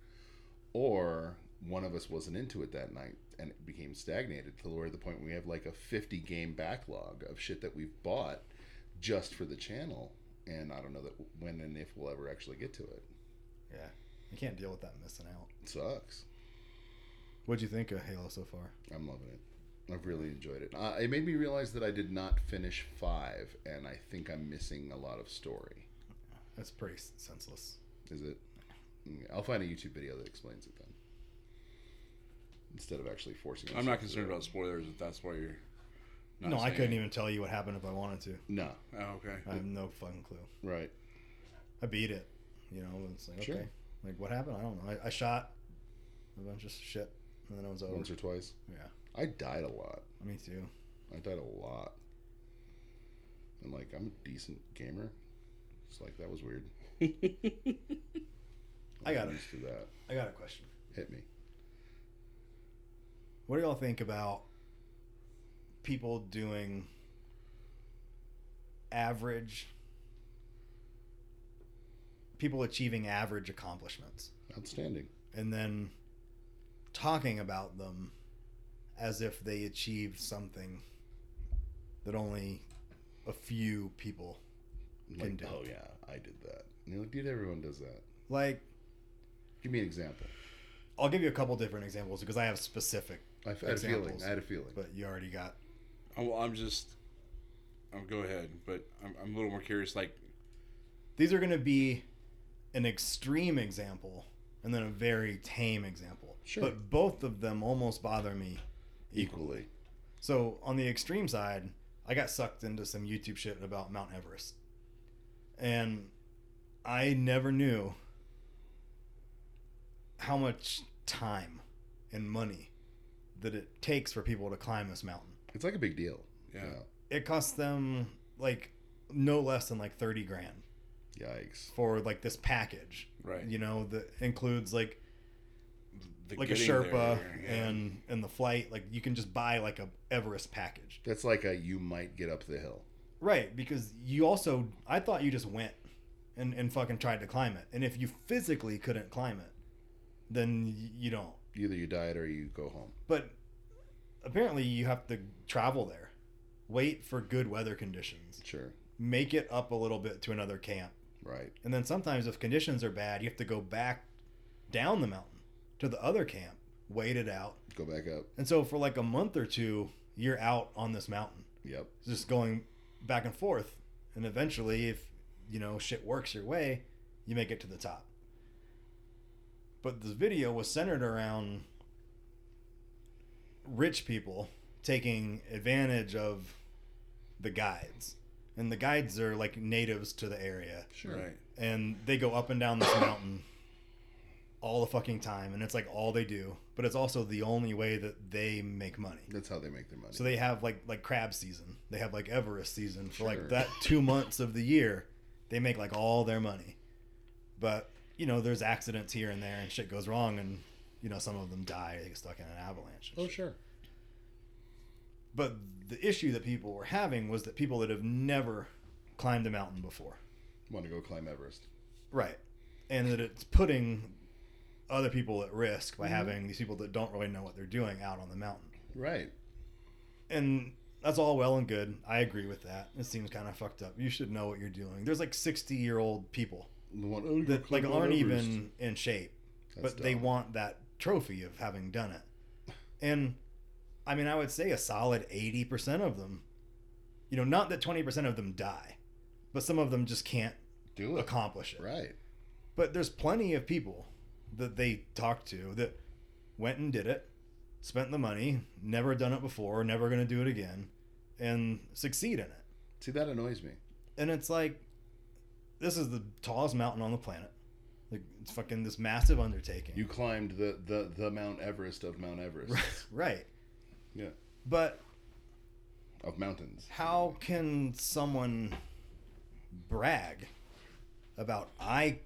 Speaker 3: or one of us wasn't into it that night and it became stagnated to where the point we have like a 50 game backlog of shit that we've bought just for the channel. And I don't know that when and if we'll ever actually get to it.
Speaker 1: yeah I can't deal with that missing out
Speaker 3: It sucks.
Speaker 1: what'd you think of Halo so far
Speaker 3: I'm loving it. I've really enjoyed it. Uh, it made me realize that I did not finish five, and I think I'm missing a lot of story.
Speaker 1: that's pretty s- senseless
Speaker 3: Is it? Mm, I'll find a YouTube video that explains it then. Instead of actually forcing.
Speaker 2: I'm
Speaker 3: myself
Speaker 2: not
Speaker 3: to
Speaker 2: concerned
Speaker 3: do it.
Speaker 2: about spoilers if that's why you're. not
Speaker 1: no I
Speaker 2: saying
Speaker 1: couldn't
Speaker 2: it.
Speaker 1: even tell you what happened if I wanted to
Speaker 3: No,
Speaker 2: Oh, okay.
Speaker 1: I have no fucking clue
Speaker 3: right?
Speaker 1: I beat it. You know, it's like okay,
Speaker 3: Sure.
Speaker 1: like what happened? I don't know. I, I shot a bunch of shit, and then it was over.
Speaker 3: Once or twice.
Speaker 1: Yeah,
Speaker 3: I died a lot.
Speaker 1: me too.
Speaker 3: I died a lot. And like, I'm a decent gamer. It's like that was
Speaker 2: *laughs*
Speaker 3: weird.
Speaker 1: I got
Speaker 3: I'm
Speaker 1: it.
Speaker 3: used to that.
Speaker 1: I got a question.
Speaker 3: Hit me.
Speaker 1: What do y'all think about people doing average? People achieving average accomplishments
Speaker 3: Outstanding.
Speaker 1: and then talking about them as if they achieved something that only a few people Can
Speaker 3: Like,
Speaker 1: do.
Speaker 3: oh yeah, I did that. And you're like, dude, everyone does that.
Speaker 1: like
Speaker 3: Give me an example.
Speaker 1: I'll give you a couple different examples because I have specific,
Speaker 3: I f- I had a feeling.
Speaker 1: Examples.
Speaker 3: I had a feeling.
Speaker 1: but you already got.
Speaker 2: Oh, well, I'm just. I'll go ahead, but I'm, I'm a little more curious. Like,
Speaker 1: These are going to be an extreme example and then a very tame example.
Speaker 3: Sure.
Speaker 1: But both of them almost bother me.
Speaker 3: Equally.
Speaker 1: So on the extreme side, I got sucked into some YouTube shit about Mount Everest. And I never knew how much time and money that it takes for people to climb this mountain.
Speaker 3: It's like a big deal.
Speaker 2: yeah,
Speaker 1: it cost them like no less than like 30 grand
Speaker 3: Yeah. Yikes.
Speaker 1: for like this package
Speaker 2: right.
Speaker 1: you know that includes like
Speaker 2: The
Speaker 1: like a
Speaker 2: getting there,
Speaker 1: sherpa
Speaker 2: yeah.
Speaker 1: and and the flight like you can just buy like a everest package
Speaker 3: That's like a you might get up the hill.
Speaker 1: right because you also i thought you just went and and fucking tried to climb it and if you physically couldn't climb it then y- you don't.
Speaker 3: Either you diet or you go home.
Speaker 1: But apparently, you have to travel there, wait for good weather conditions,
Speaker 3: Sure.
Speaker 1: make it up a little bit to another camp,
Speaker 3: Right.
Speaker 1: and then sometimes if conditions are bad, you have to go back down the mountain to the other camp, wait it out,
Speaker 3: Go back up.
Speaker 1: and so for like a month or two, you're out on this mountain,
Speaker 3: Yep.
Speaker 1: just going back and forth, and eventually, if you know shit works your way, you make it to the top. But this video was centered around rich people taking advantage of the guides. And the guides are like natives to the area.
Speaker 3: Sure.
Speaker 2: Right.
Speaker 1: And they go up and down this mountain all the fucking time. And it's like all they do. But it's also the only way that they make money.
Speaker 3: That's how they make their money.
Speaker 1: So they have like like crab season. They have like Everest season for
Speaker 3: Sure.
Speaker 1: like that two months of the year. They make like all their money, but you know there's accidents here and there and shit goes wrong and you know some of them die. They get stuck in an avalanche. and
Speaker 3: oh
Speaker 1: shit.
Speaker 3: sure.
Speaker 1: But the issue that people were having was that people that have never climbed a mountain before,
Speaker 3: Want to go climb Everest?
Speaker 1: right, and that it's putting other people at risk
Speaker 3: Mm-hmm.
Speaker 1: by having these people that don't really know what they're doing out on the mountain.
Speaker 3: Right.
Speaker 1: and that's all well and good. I agree with that. It seems kind of fucked up. You should know what you're doing. There's like 60 year old people
Speaker 3: The one, oh, go
Speaker 1: that like
Speaker 3: climb Mount
Speaker 1: aren't
Speaker 3: Everest.
Speaker 1: even in shape,
Speaker 3: That's
Speaker 1: but they
Speaker 3: dumb.
Speaker 1: want that trophy of having done it. And I mean, I would say a solid 80% of them, you know, not that 20% of them die, but some of them just can't
Speaker 3: do it.
Speaker 1: accomplish it.
Speaker 3: Right.
Speaker 1: But there's plenty of people that they talked to that went and did it, spent the money, never done it before, never going to do it again, and succeed in it.
Speaker 3: See, that annoys me.
Speaker 1: And it's like, this is the tallest mountain on the planet. Like, it's fucking this massive undertaking.
Speaker 3: You *laughs* climbed the the the Mount Everest of Mount Everest
Speaker 1: *laughs* right.
Speaker 3: Yeah.
Speaker 1: But
Speaker 3: of mountains.
Speaker 1: how can someone brag about I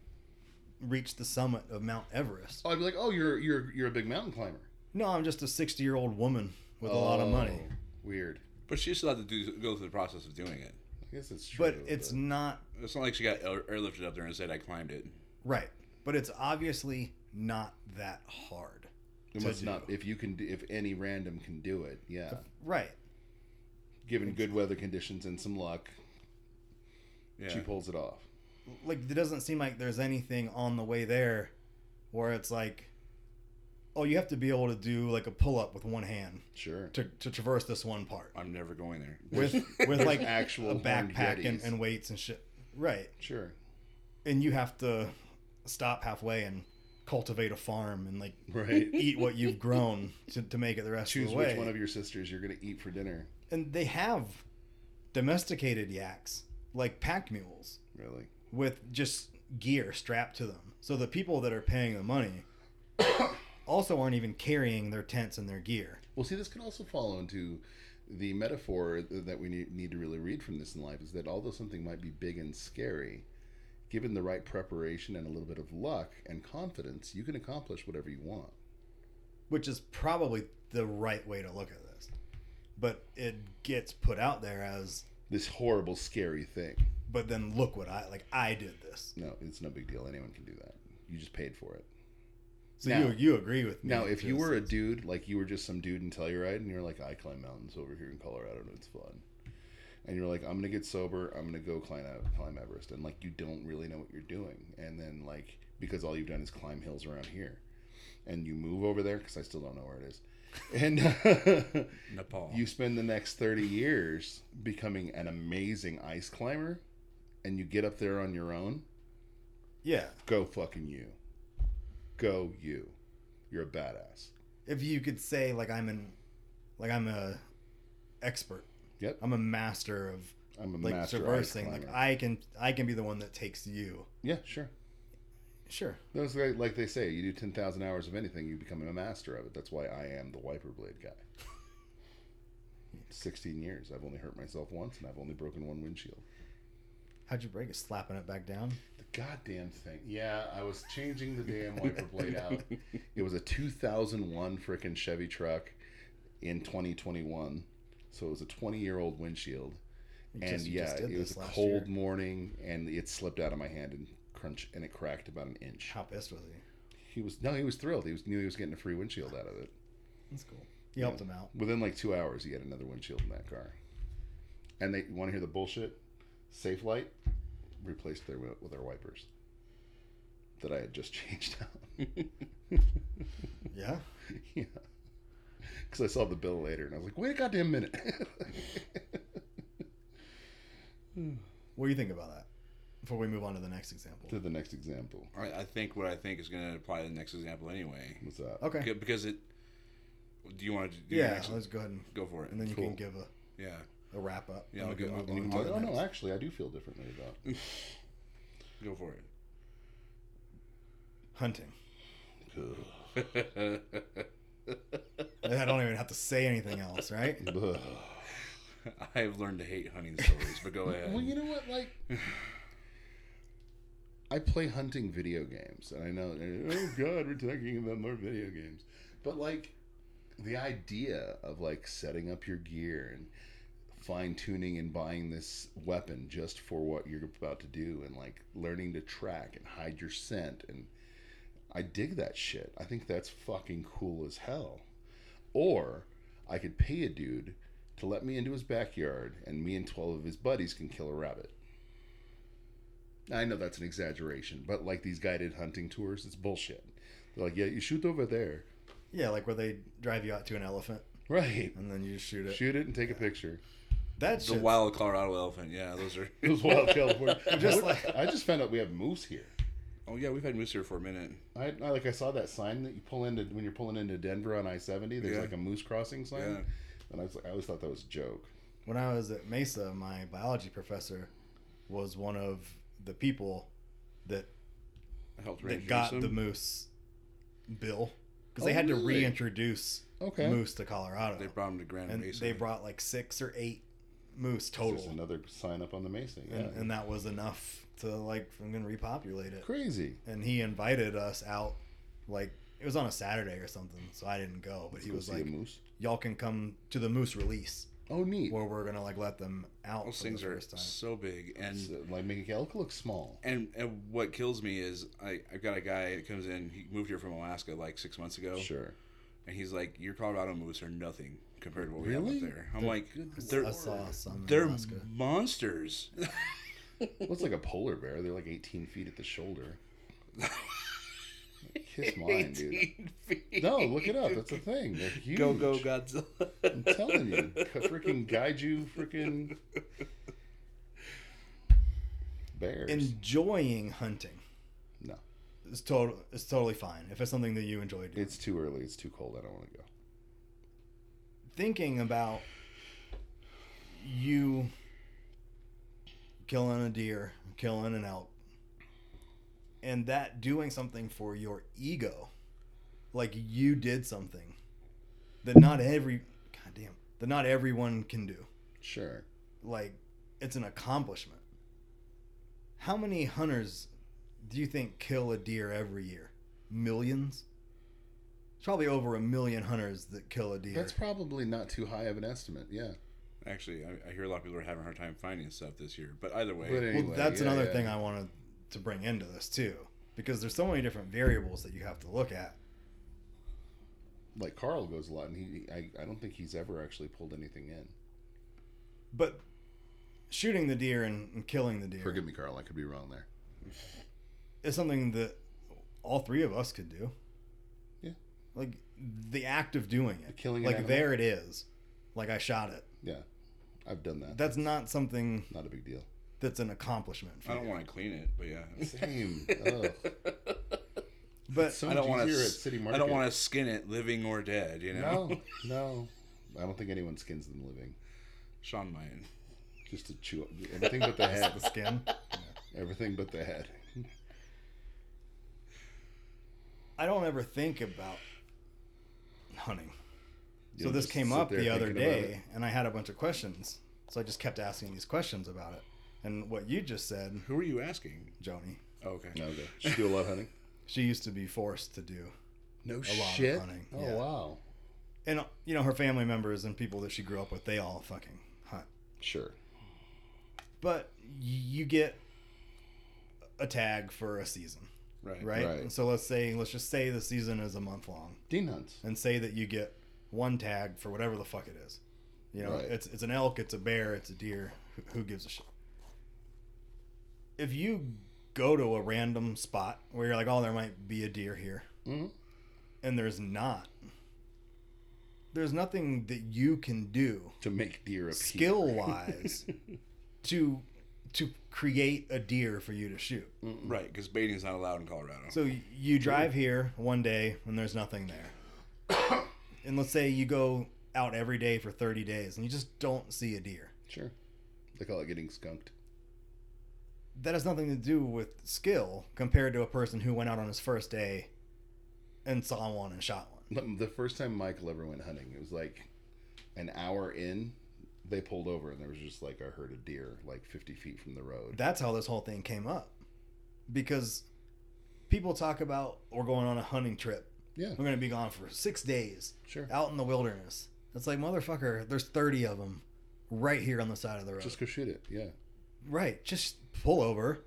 Speaker 1: reached the summit of Mount Everest?
Speaker 3: Oh, I'd be like, oh, you're you're you're a big mountain climber
Speaker 1: No, I'm just a 60 year old woman with a lot of money.
Speaker 3: Oh, Weird.
Speaker 2: But she still had to do, go through the process of doing it.
Speaker 3: I guess it's true.
Speaker 1: But it's not
Speaker 2: It's not like she got air- airlifted up there and said, I climbed it.
Speaker 1: Right. But it's obviously not that hard.
Speaker 3: it
Speaker 1: to
Speaker 3: must
Speaker 1: do.
Speaker 3: not if you can do- if any random can do it. Yeah,
Speaker 1: Right.
Speaker 3: given good weather conditions and some luck,
Speaker 2: Yeah.
Speaker 3: she pulls it off.
Speaker 1: Like, it doesn't seem like there's anything on the way there where it's like, oh, you have to be able to do like a pull up with one hand
Speaker 3: Sure.
Speaker 1: to, to traverse this one part
Speaker 2: I'm never going there.
Speaker 1: *laughs*
Speaker 3: *laughs*
Speaker 1: with, with like
Speaker 3: actual
Speaker 1: a
Speaker 3: horned
Speaker 1: backpack and,
Speaker 3: yetis.
Speaker 1: and weights and shit. Right.
Speaker 3: Sure. *laughs*
Speaker 1: And you have to stop halfway and cultivate a farm and
Speaker 3: *laughs*
Speaker 1: like
Speaker 3: Right.
Speaker 1: eat what you've grown to, to make it the rest
Speaker 3: Choose
Speaker 1: of the way.
Speaker 3: which one of your sisters you're going to eat for dinner.
Speaker 1: and they have domesticated yaks, like pack mules.
Speaker 3: Really.
Speaker 1: with just gear strapped to them. So the people that are paying the money also aren't even carrying their tents and their gear.
Speaker 3: Well, see, this could also fall into the metaphor that we need, need to really read from this in life is that although something might be big and scary, given the right preparation and a little bit of luck and confidence, you can accomplish whatever you want.
Speaker 1: which is probably the right way to look at this. But it gets put out there as,
Speaker 3: This horrible, scary thing.
Speaker 1: but then look what I like. I did this.
Speaker 3: No, it's no big deal. Anyone can do that. You just paid for it.
Speaker 1: So
Speaker 3: Now-
Speaker 1: you you agree with me?
Speaker 3: Now, if
Speaker 1: to
Speaker 3: you
Speaker 1: this.
Speaker 3: were a dude, like you were just some dude in Telluride, and you're like, I climb mountains over here in Colorado, and it's fun. And you're like, I'm gonna get sober. I'm gonna go climb out, climb Everest, and like you don't really know what you're doing. And then like because all you've done is climb hills around here, and you move over there because I still don't know where it is. *laughs* And *laughs*
Speaker 2: Nepal.
Speaker 3: you spend the next 30 years becoming an amazing ice climber, and you get up there on your own.
Speaker 1: yeah,
Speaker 3: Go fucking you. Go you. You're a badass.
Speaker 1: if you could say like I'm an, like I'm a expert.
Speaker 3: Yep.
Speaker 1: I'm a master of
Speaker 3: I'm a
Speaker 1: like
Speaker 3: master
Speaker 1: traversing.
Speaker 3: ice
Speaker 1: Like
Speaker 3: climber.
Speaker 1: I can I can be the one that takes you.
Speaker 3: yeah, sure.
Speaker 1: Sure.
Speaker 3: Those like, like they say, you do ten thousand hours of anything, you become a master of it. That's why I am the wiper blade guy. Sixteen years. I've only hurt myself once, and I've only broken one windshield.
Speaker 1: How'd you break it? Slapping it back down.
Speaker 3: The goddamn thing. Yeah, I was changing the *laughs* damn wiper blade out. It was a 2001 frickin' Chevy truck in 2021. So it was a 20 year old windshield.
Speaker 1: You
Speaker 3: and
Speaker 1: just- you
Speaker 3: yeah,
Speaker 1: just did
Speaker 3: it was
Speaker 1: this
Speaker 3: a
Speaker 1: last
Speaker 3: cold
Speaker 1: year.
Speaker 3: morning, and it slipped out of my hand and crunch, and it cracked about an inch.
Speaker 1: How pissed was he?
Speaker 3: He was no, he was thrilled. He was knew he was getting a free windshield out of it.
Speaker 1: That's cool. You helped him out.
Speaker 3: Within like two hours, he had another windshield in that car. And they want to hear the bullshit. Safe Light replaced their wi- with their wipers that I had just *laughs* changed out.
Speaker 1: Yeah.
Speaker 3: yeah, because I saw the bill later, and I was like, "Wait a goddamn minute!" *laughs*
Speaker 1: What do you think about that? Before we move on to the next example.
Speaker 3: to the next example.
Speaker 2: I, I think what I think is going to apply to the next example anyway.
Speaker 3: What's that?
Speaker 1: Okay.
Speaker 2: Good, Because it. Do you want to do your
Speaker 1: yeah.
Speaker 2: next one?
Speaker 1: Let's go ahead and,
Speaker 2: Go for it.
Speaker 1: and then you
Speaker 3: Cool.
Speaker 1: can give a,
Speaker 2: Yeah.
Speaker 1: a wrap up.
Speaker 2: Yeah,
Speaker 1: and
Speaker 2: I'll
Speaker 1: we
Speaker 2: go-
Speaker 1: can move on
Speaker 2: I'll- you
Speaker 1: to
Speaker 2: can
Speaker 1: the
Speaker 3: Oh no,
Speaker 1: next.
Speaker 3: actually, I do feel differently about.
Speaker 2: Go for it.
Speaker 1: hunting. *laughs*
Speaker 3: Ugh.
Speaker 2: *laughs*
Speaker 1: I don't even have to say anything else,
Speaker 3: *laughs*
Speaker 1: right?
Speaker 3: Ugh.
Speaker 2: I have learned to hate hunting stories,
Speaker 1: *laughs*
Speaker 2: but go ahead.
Speaker 3: Well, you know what? Like, *sighs* I play hunting video games, and I know, oh God, we're talking about more video games. But, like, the idea of, like, setting up your gear and fine tuning and buying this weapon just for what you're about to do, and, like, learning to track and hide your scent, and I dig that shit. I think that's fucking cool as hell. Or I could pay a dude to let me into his backyard and me and 12 of his buddies can kill a rabbit. I know that's an exaggeration, but like these guided hunting tours, it's bullshit. They're like, yeah, you shoot over there.
Speaker 1: Yeah, like where they drive you out to an elephant
Speaker 3: Right.
Speaker 1: and then you shoot it.
Speaker 3: Shoot it and take a picture.
Speaker 1: That
Speaker 2: the
Speaker 1: shit.
Speaker 2: wild Colorado elephant. Yeah, those are. *laughs*
Speaker 3: It was wild California.
Speaker 1: *laughs* Just like-
Speaker 3: I just found out we have moose here.
Speaker 2: Oh yeah, we've had moose here for a minute.
Speaker 3: I, I like I saw that sign that you pull into when you're pulling into Denver on I seventy. There's
Speaker 2: Yeah.
Speaker 3: like a moose crossing sign,
Speaker 2: Yeah.
Speaker 3: and I was like, I always thought that was a joke.
Speaker 1: When I was at Mesa, my biology professor was one of the people that
Speaker 2: I helped
Speaker 1: that
Speaker 2: raise
Speaker 1: got
Speaker 2: them.
Speaker 1: the moose bill because they
Speaker 3: Oh,
Speaker 1: had to
Speaker 3: really?
Speaker 1: reintroduce
Speaker 3: Okay,
Speaker 1: moose to Colorado,
Speaker 2: They brought him to Grand
Speaker 1: and
Speaker 2: Mesa.
Speaker 1: they brought like six or eight moose
Speaker 3: there's
Speaker 1: total,
Speaker 3: another sign up on the Mesa. Yeah,
Speaker 1: and, and that was enough to like I'm gonna repopulate it.
Speaker 3: crazy.
Speaker 1: And he invited us out, like it was on a Saturday or something, so I didn't go, but
Speaker 3: Let's
Speaker 1: he
Speaker 3: go
Speaker 1: was
Speaker 3: see
Speaker 1: like,
Speaker 3: a moose.
Speaker 1: "Y'all can come to the moose release."
Speaker 3: Oh, neat.
Speaker 1: where we're gonna like let them out
Speaker 2: Those
Speaker 1: for the
Speaker 2: things are
Speaker 1: first time.
Speaker 2: so big, and
Speaker 3: So, like make elk look small.
Speaker 2: and and what kills me is I I've got a guy that comes in. He moved here from Alaska like six months
Speaker 3: *laughs*
Speaker 2: ago,
Speaker 3: Sure.
Speaker 2: and he's like, "Your Colorado moose are nothing compared to what we
Speaker 3: Really?
Speaker 2: have up there." I'm
Speaker 3: They're
Speaker 2: like,
Speaker 3: good
Speaker 2: "They're
Speaker 1: I saw some in
Speaker 2: they're
Speaker 1: Alaska.
Speaker 3: *laughs*
Speaker 2: monsters."
Speaker 3: Looks like a polar bear. They're like 18 feet at the shoulder. Kiss mine, dude.
Speaker 2: 18 feet.
Speaker 3: No, look it up. That's the thing. They're huge.
Speaker 2: Go go Godzilla.
Speaker 3: I'm telling you, freaking kaiju, freaking bears.
Speaker 1: Enjoying hunting
Speaker 3: No,
Speaker 1: is total is totally fine if it's something that you enjoy doing.
Speaker 3: it's too early. It's too cold. I don't want to go.
Speaker 1: Thinking about you killing a deer, killing an elk, and that doing something for your ego, like you did something that not every goddamn that not everyone can do.
Speaker 3: Sure.
Speaker 1: like it's an accomplishment. How many hunters do you think kill a deer every year? Millions? It's probably over a million hunters that kill a deer.
Speaker 3: That's probably not too high of an estimate. Yeah.
Speaker 2: Actually, I, I hear a lot of people are having a hard time finding stuff this year. But either way,
Speaker 3: But anyway,
Speaker 1: well, that's
Speaker 3: yeah,
Speaker 1: another
Speaker 3: yeah.
Speaker 1: thing I wanted to bring into this too, because there's so many different variables that you have to look at.
Speaker 3: Like Carl goes a lot, and he, I, I don't think he's ever actually pulled anything in.
Speaker 1: But shooting the deer and, and killing the deer
Speaker 3: Forgive me, Carl. I could be wrong there.
Speaker 1: is something that all three of us could do.
Speaker 3: Yeah.
Speaker 1: Like the act of doing it.
Speaker 3: Killing an
Speaker 1: like
Speaker 3: animal.
Speaker 1: there it is. Like I shot it.
Speaker 3: Yeah, I've done that.
Speaker 1: That's not something
Speaker 3: Not a
Speaker 1: *laughs*
Speaker 3: big deal.
Speaker 1: that's an accomplishment
Speaker 3: uh,
Speaker 2: I
Speaker 1: for
Speaker 2: don't
Speaker 1: you.
Speaker 2: want to clean it.
Speaker 3: *laughs*
Speaker 2: But yeah,
Speaker 3: Same. Ugh.
Speaker 1: But *laughs*
Speaker 3: So
Speaker 2: I don't
Speaker 3: much
Speaker 2: want
Speaker 3: easier
Speaker 2: to.
Speaker 3: at city market.
Speaker 2: I don't want to skin it, living or dead. You know,
Speaker 1: *laughs*
Speaker 3: No, no. I don't think anyone skins them living.
Speaker 2: *laughs* Sean might.
Speaker 3: Just to chew up everything
Speaker 1: *laughs*
Speaker 3: but the
Speaker 1: the
Speaker 3: head.
Speaker 1: skin.
Speaker 3: Everything but the head.
Speaker 1: I don't ever think about hunting. so
Speaker 3: You know,
Speaker 1: this
Speaker 3: just
Speaker 1: came
Speaker 3: sit
Speaker 1: up
Speaker 3: there
Speaker 1: the other
Speaker 3: thinking about
Speaker 1: day, and I had a bunch of questions. So I just kept asking these questions about it. And what you just said,
Speaker 2: Who are you asking?
Speaker 1: Joni,
Speaker 2: Oh, okay.
Speaker 3: it. Okay. She do a lot
Speaker 1: *laughs*
Speaker 3: of hunting.
Speaker 1: she used to be forced to do.
Speaker 3: No
Speaker 1: shit. hunting,
Speaker 3: Oh
Speaker 1: yeah.
Speaker 3: wow.
Speaker 1: And, you know, her family members and people that she grew up with, they all fucking hunt.
Speaker 3: Sure.
Speaker 1: But y- you get a tag for a season.
Speaker 2: Right.
Speaker 1: right?
Speaker 3: Right.
Speaker 1: And so let's say let's just say the season is a month long,
Speaker 3: Dean hunts.
Speaker 1: and say that you get one tag for whatever the fuck it is. You know,
Speaker 3: Right.
Speaker 1: it's it's an elk, it's a bear, it's a deer. Who, who gives a shit? If you go to a random spot where you're like, oh, there might be a deer here,
Speaker 3: hmm
Speaker 1: and there's not. There's nothing that you can do
Speaker 3: To make deer appear.
Speaker 1: skill wise *laughs* to to create a deer for you to shoot.
Speaker 2: Right, because baiting is not allowed in Colorado.
Speaker 1: So y- you drive here one day and there's nothing there. and let's say you go out every day for 30 days and you just don't see a deer.
Speaker 3: Sure. They call it getting skunked.
Speaker 1: That has nothing to do with skill compared to a person who went out on his first day and saw one and shot one.
Speaker 3: The the first time Michael ever went hunting, it was like an hour in, they pulled over and there was just like a herd of deer like 50 feet from the road.
Speaker 1: That's how this whole thing came up. Because people talk about we're going on a hunting trip.
Speaker 3: yeah,
Speaker 1: We're going to be gone for 6 days
Speaker 3: sure.
Speaker 1: out in the wilderness. It's like motherfucker, there's 30 of them right here on the side of the road.
Speaker 3: Just go shoot it. Yeah.
Speaker 1: Right. Just pull over,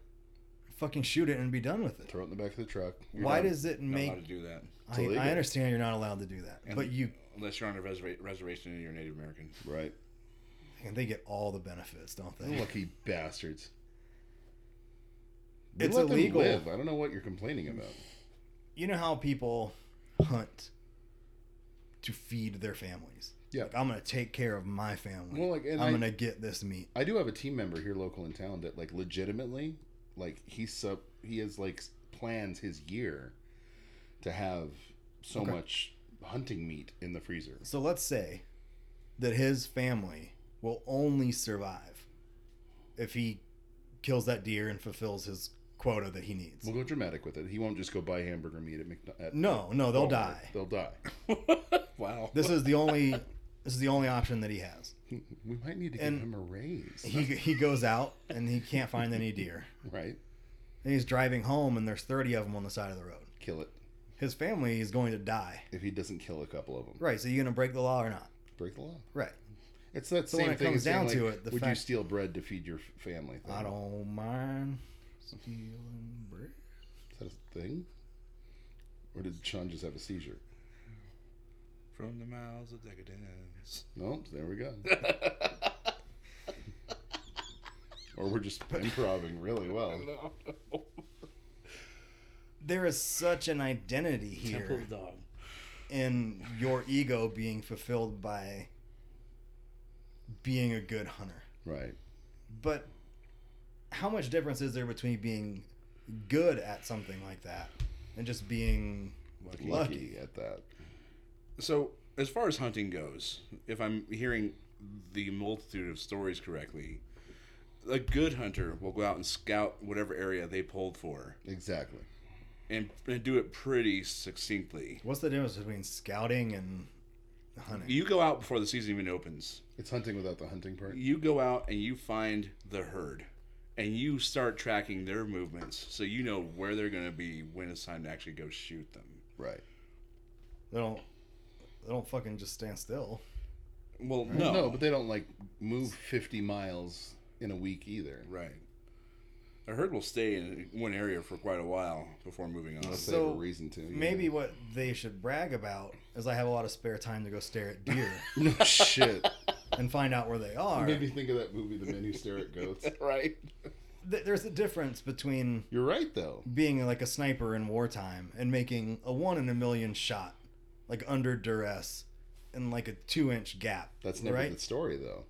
Speaker 1: fucking shoot it, and be done with it.
Speaker 3: Throw it in the back of the truck. You're
Speaker 1: Why
Speaker 3: done.
Speaker 1: does it
Speaker 2: Not
Speaker 1: make?
Speaker 2: allowed to do that.
Speaker 3: It's
Speaker 1: I,
Speaker 3: illegal.
Speaker 1: I understand you're not allowed to do that,
Speaker 2: And-
Speaker 1: but you
Speaker 2: Unless you're on a reserva- reservation and you're Native American.
Speaker 3: Right.
Speaker 1: and they get all the benefits, don't
Speaker 3: You
Speaker 1: they?
Speaker 3: Lucky bastards.
Speaker 1: It's
Speaker 3: let them
Speaker 1: illegal.
Speaker 3: live. I don't know what you're complaining about.
Speaker 1: You know how people hunt to feed their families.
Speaker 3: Yeah.
Speaker 1: Like, I'm gonna take care of my family.
Speaker 3: Well, like, and
Speaker 1: I'm
Speaker 3: I-
Speaker 1: gonna get this meat.
Speaker 3: I do have a team member here local in town that like legitimately like he sub he has like s- plans his year to have so
Speaker 1: Okay.
Speaker 3: much hunting meat in the freezer.
Speaker 1: So let's say that his family will only survive if he kills that deer and fulfills his quota that he needs.
Speaker 3: We'll go dramatic with it. He won't just go buy hamburger meat at McDonald's.
Speaker 1: No, no, they'll die.
Speaker 3: They'll die.
Speaker 1: *laughs*
Speaker 2: wow.
Speaker 1: This is the only this is the only option that he has.
Speaker 3: We might need to give
Speaker 1: And-
Speaker 3: him a raise,
Speaker 1: He he goes out and he can't find any deer.
Speaker 3: right?
Speaker 1: And he's driving home and there's 30 of them on the side of the road.
Speaker 3: Kill it
Speaker 1: His family is going to die.
Speaker 3: if he doesn't kill a couple of them.
Speaker 1: Right, so you going to break the law or not?
Speaker 3: Break the law.
Speaker 1: Right.
Speaker 3: It's that
Speaker 1: So
Speaker 3: same
Speaker 1: when it
Speaker 3: thing.
Speaker 1: comes
Speaker 3: as saying,
Speaker 1: down to
Speaker 3: like,
Speaker 1: it, the
Speaker 3: would you
Speaker 1: fact-
Speaker 3: steal bread to feed your f- family? Thing?
Speaker 1: I don't mind stealing bread.
Speaker 3: Is that a thing? Or did Sean just have a seizure?
Speaker 2: From the mouths of decadence.
Speaker 3: Nope, there we go.
Speaker 1: *laughs*
Speaker 3: or we're just improving
Speaker 1: *laughs*
Speaker 3: really well.
Speaker 1: There is such an identity
Speaker 2: Temple
Speaker 1: here
Speaker 2: of Dog.
Speaker 1: in your ego being fulfilled by being a good hunter.
Speaker 3: Right.
Speaker 1: But how much difference is there between being good at something like that and just being
Speaker 3: Lucky,
Speaker 1: lucky?
Speaker 3: at that.
Speaker 2: So, as far as hunting goes, if I'm hearing the multitude of stories correctly, a good hunter will go out and scout whatever area they pulled for
Speaker 3: Exactly.
Speaker 2: and, and do it pretty succinctly.
Speaker 1: What's the difference between scouting and hunting?
Speaker 2: You go out before the season even opens.
Speaker 3: It's hunting without the hunting part.
Speaker 2: You go out and you find the herd and you start tracking their movements so you know where they're going to be when it's time to actually go shoot them.
Speaker 3: Right.
Speaker 1: They don't. They don't fucking just stand still.
Speaker 2: Well,
Speaker 3: No. No, but they don't like move 50 miles in a week either.
Speaker 2: Right. A herd will stay in one area for quite a while before moving on.
Speaker 3: Unless
Speaker 1: Yes.
Speaker 3: they have
Speaker 1: So,
Speaker 3: a reason to. yeah.
Speaker 1: Maybe what they should brag about is I have a lot of spare time to go stare at
Speaker 3: *laughs*
Speaker 1: deer
Speaker 3: *laughs* No
Speaker 1: *laughs*
Speaker 3: shit.
Speaker 1: and find out where they are.
Speaker 3: Maybe think of that movie, The Men Who Stare at
Speaker 1: *laughs*
Speaker 3: Goats.
Speaker 2: right.
Speaker 1: Th- There's a difference between
Speaker 3: You're right, though.
Speaker 1: being like a sniper in wartime and making a one in a million shot, like under duress, in like a two inch gap.
Speaker 3: That's never
Speaker 1: right.
Speaker 3: the story, though.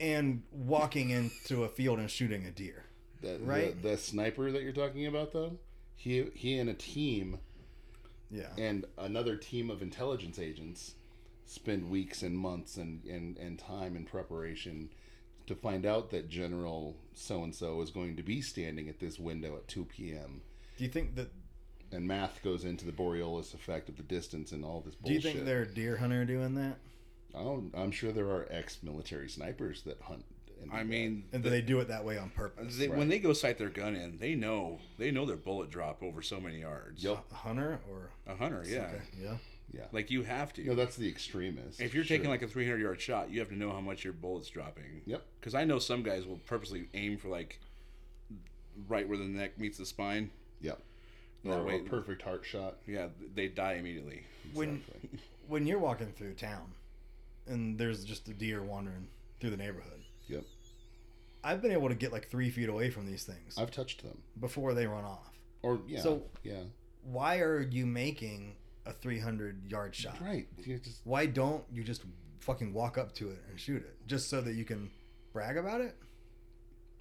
Speaker 1: And walking into a field and shooting a deer.
Speaker 3: That, the-
Speaker 1: Right.
Speaker 3: The, sniper that you're talking about, though, he he and a team
Speaker 1: Yeah.
Speaker 3: and another team of intelligence agents spend weeks and months and, and, and time in preparation to find out that General so and so is going to be standing at this window at 2 p.m.
Speaker 1: Do you think that?
Speaker 3: And math goes into the Borealis effect of the distance and all this
Speaker 1: Do you
Speaker 3: bullshit.
Speaker 1: think they're a deer hunter doing that?
Speaker 3: I don't, I'm sure there are ex-military snipers that hunt. And do
Speaker 2: I
Speaker 3: that.
Speaker 2: mean,
Speaker 1: And do
Speaker 2: the-
Speaker 1: they do it that way on purpose?
Speaker 2: they-
Speaker 3: Right.
Speaker 2: when they go sight their gun in, they know they know their bullet drop over so many yards.
Speaker 3: Yup.
Speaker 1: A hunter or
Speaker 2: A hunter, yeah.
Speaker 1: Okay, yeah.
Speaker 3: yeah.
Speaker 2: Like you have to.
Speaker 3: no, that's the extremist.
Speaker 2: if you're taking
Speaker 3: Sure.
Speaker 2: like a 300 yard shot, you have to know how much your bullet's dropping.
Speaker 3: Yep.
Speaker 2: Because I know some guys will purposely aim for like right where the neck meets the spine
Speaker 3: Yep.
Speaker 2: That
Speaker 3: or a
Speaker 2: way-
Speaker 3: perfect heart shot.
Speaker 2: yeah, they die immediately.
Speaker 1: When-
Speaker 3: Exactly.
Speaker 1: when you're walking through town and there's just a deer wandering through the neighborhood.
Speaker 3: Yep.
Speaker 1: I've been able to get like three feet away from these things
Speaker 3: I've touched them.
Speaker 1: before they run off.
Speaker 3: Or yeah,
Speaker 1: So-
Speaker 3: yeah,
Speaker 1: Why are you making a 300 yard shot?
Speaker 3: right. You just
Speaker 1: Why don't you just fucking walk up to it and shoot it just so that you can brag about it?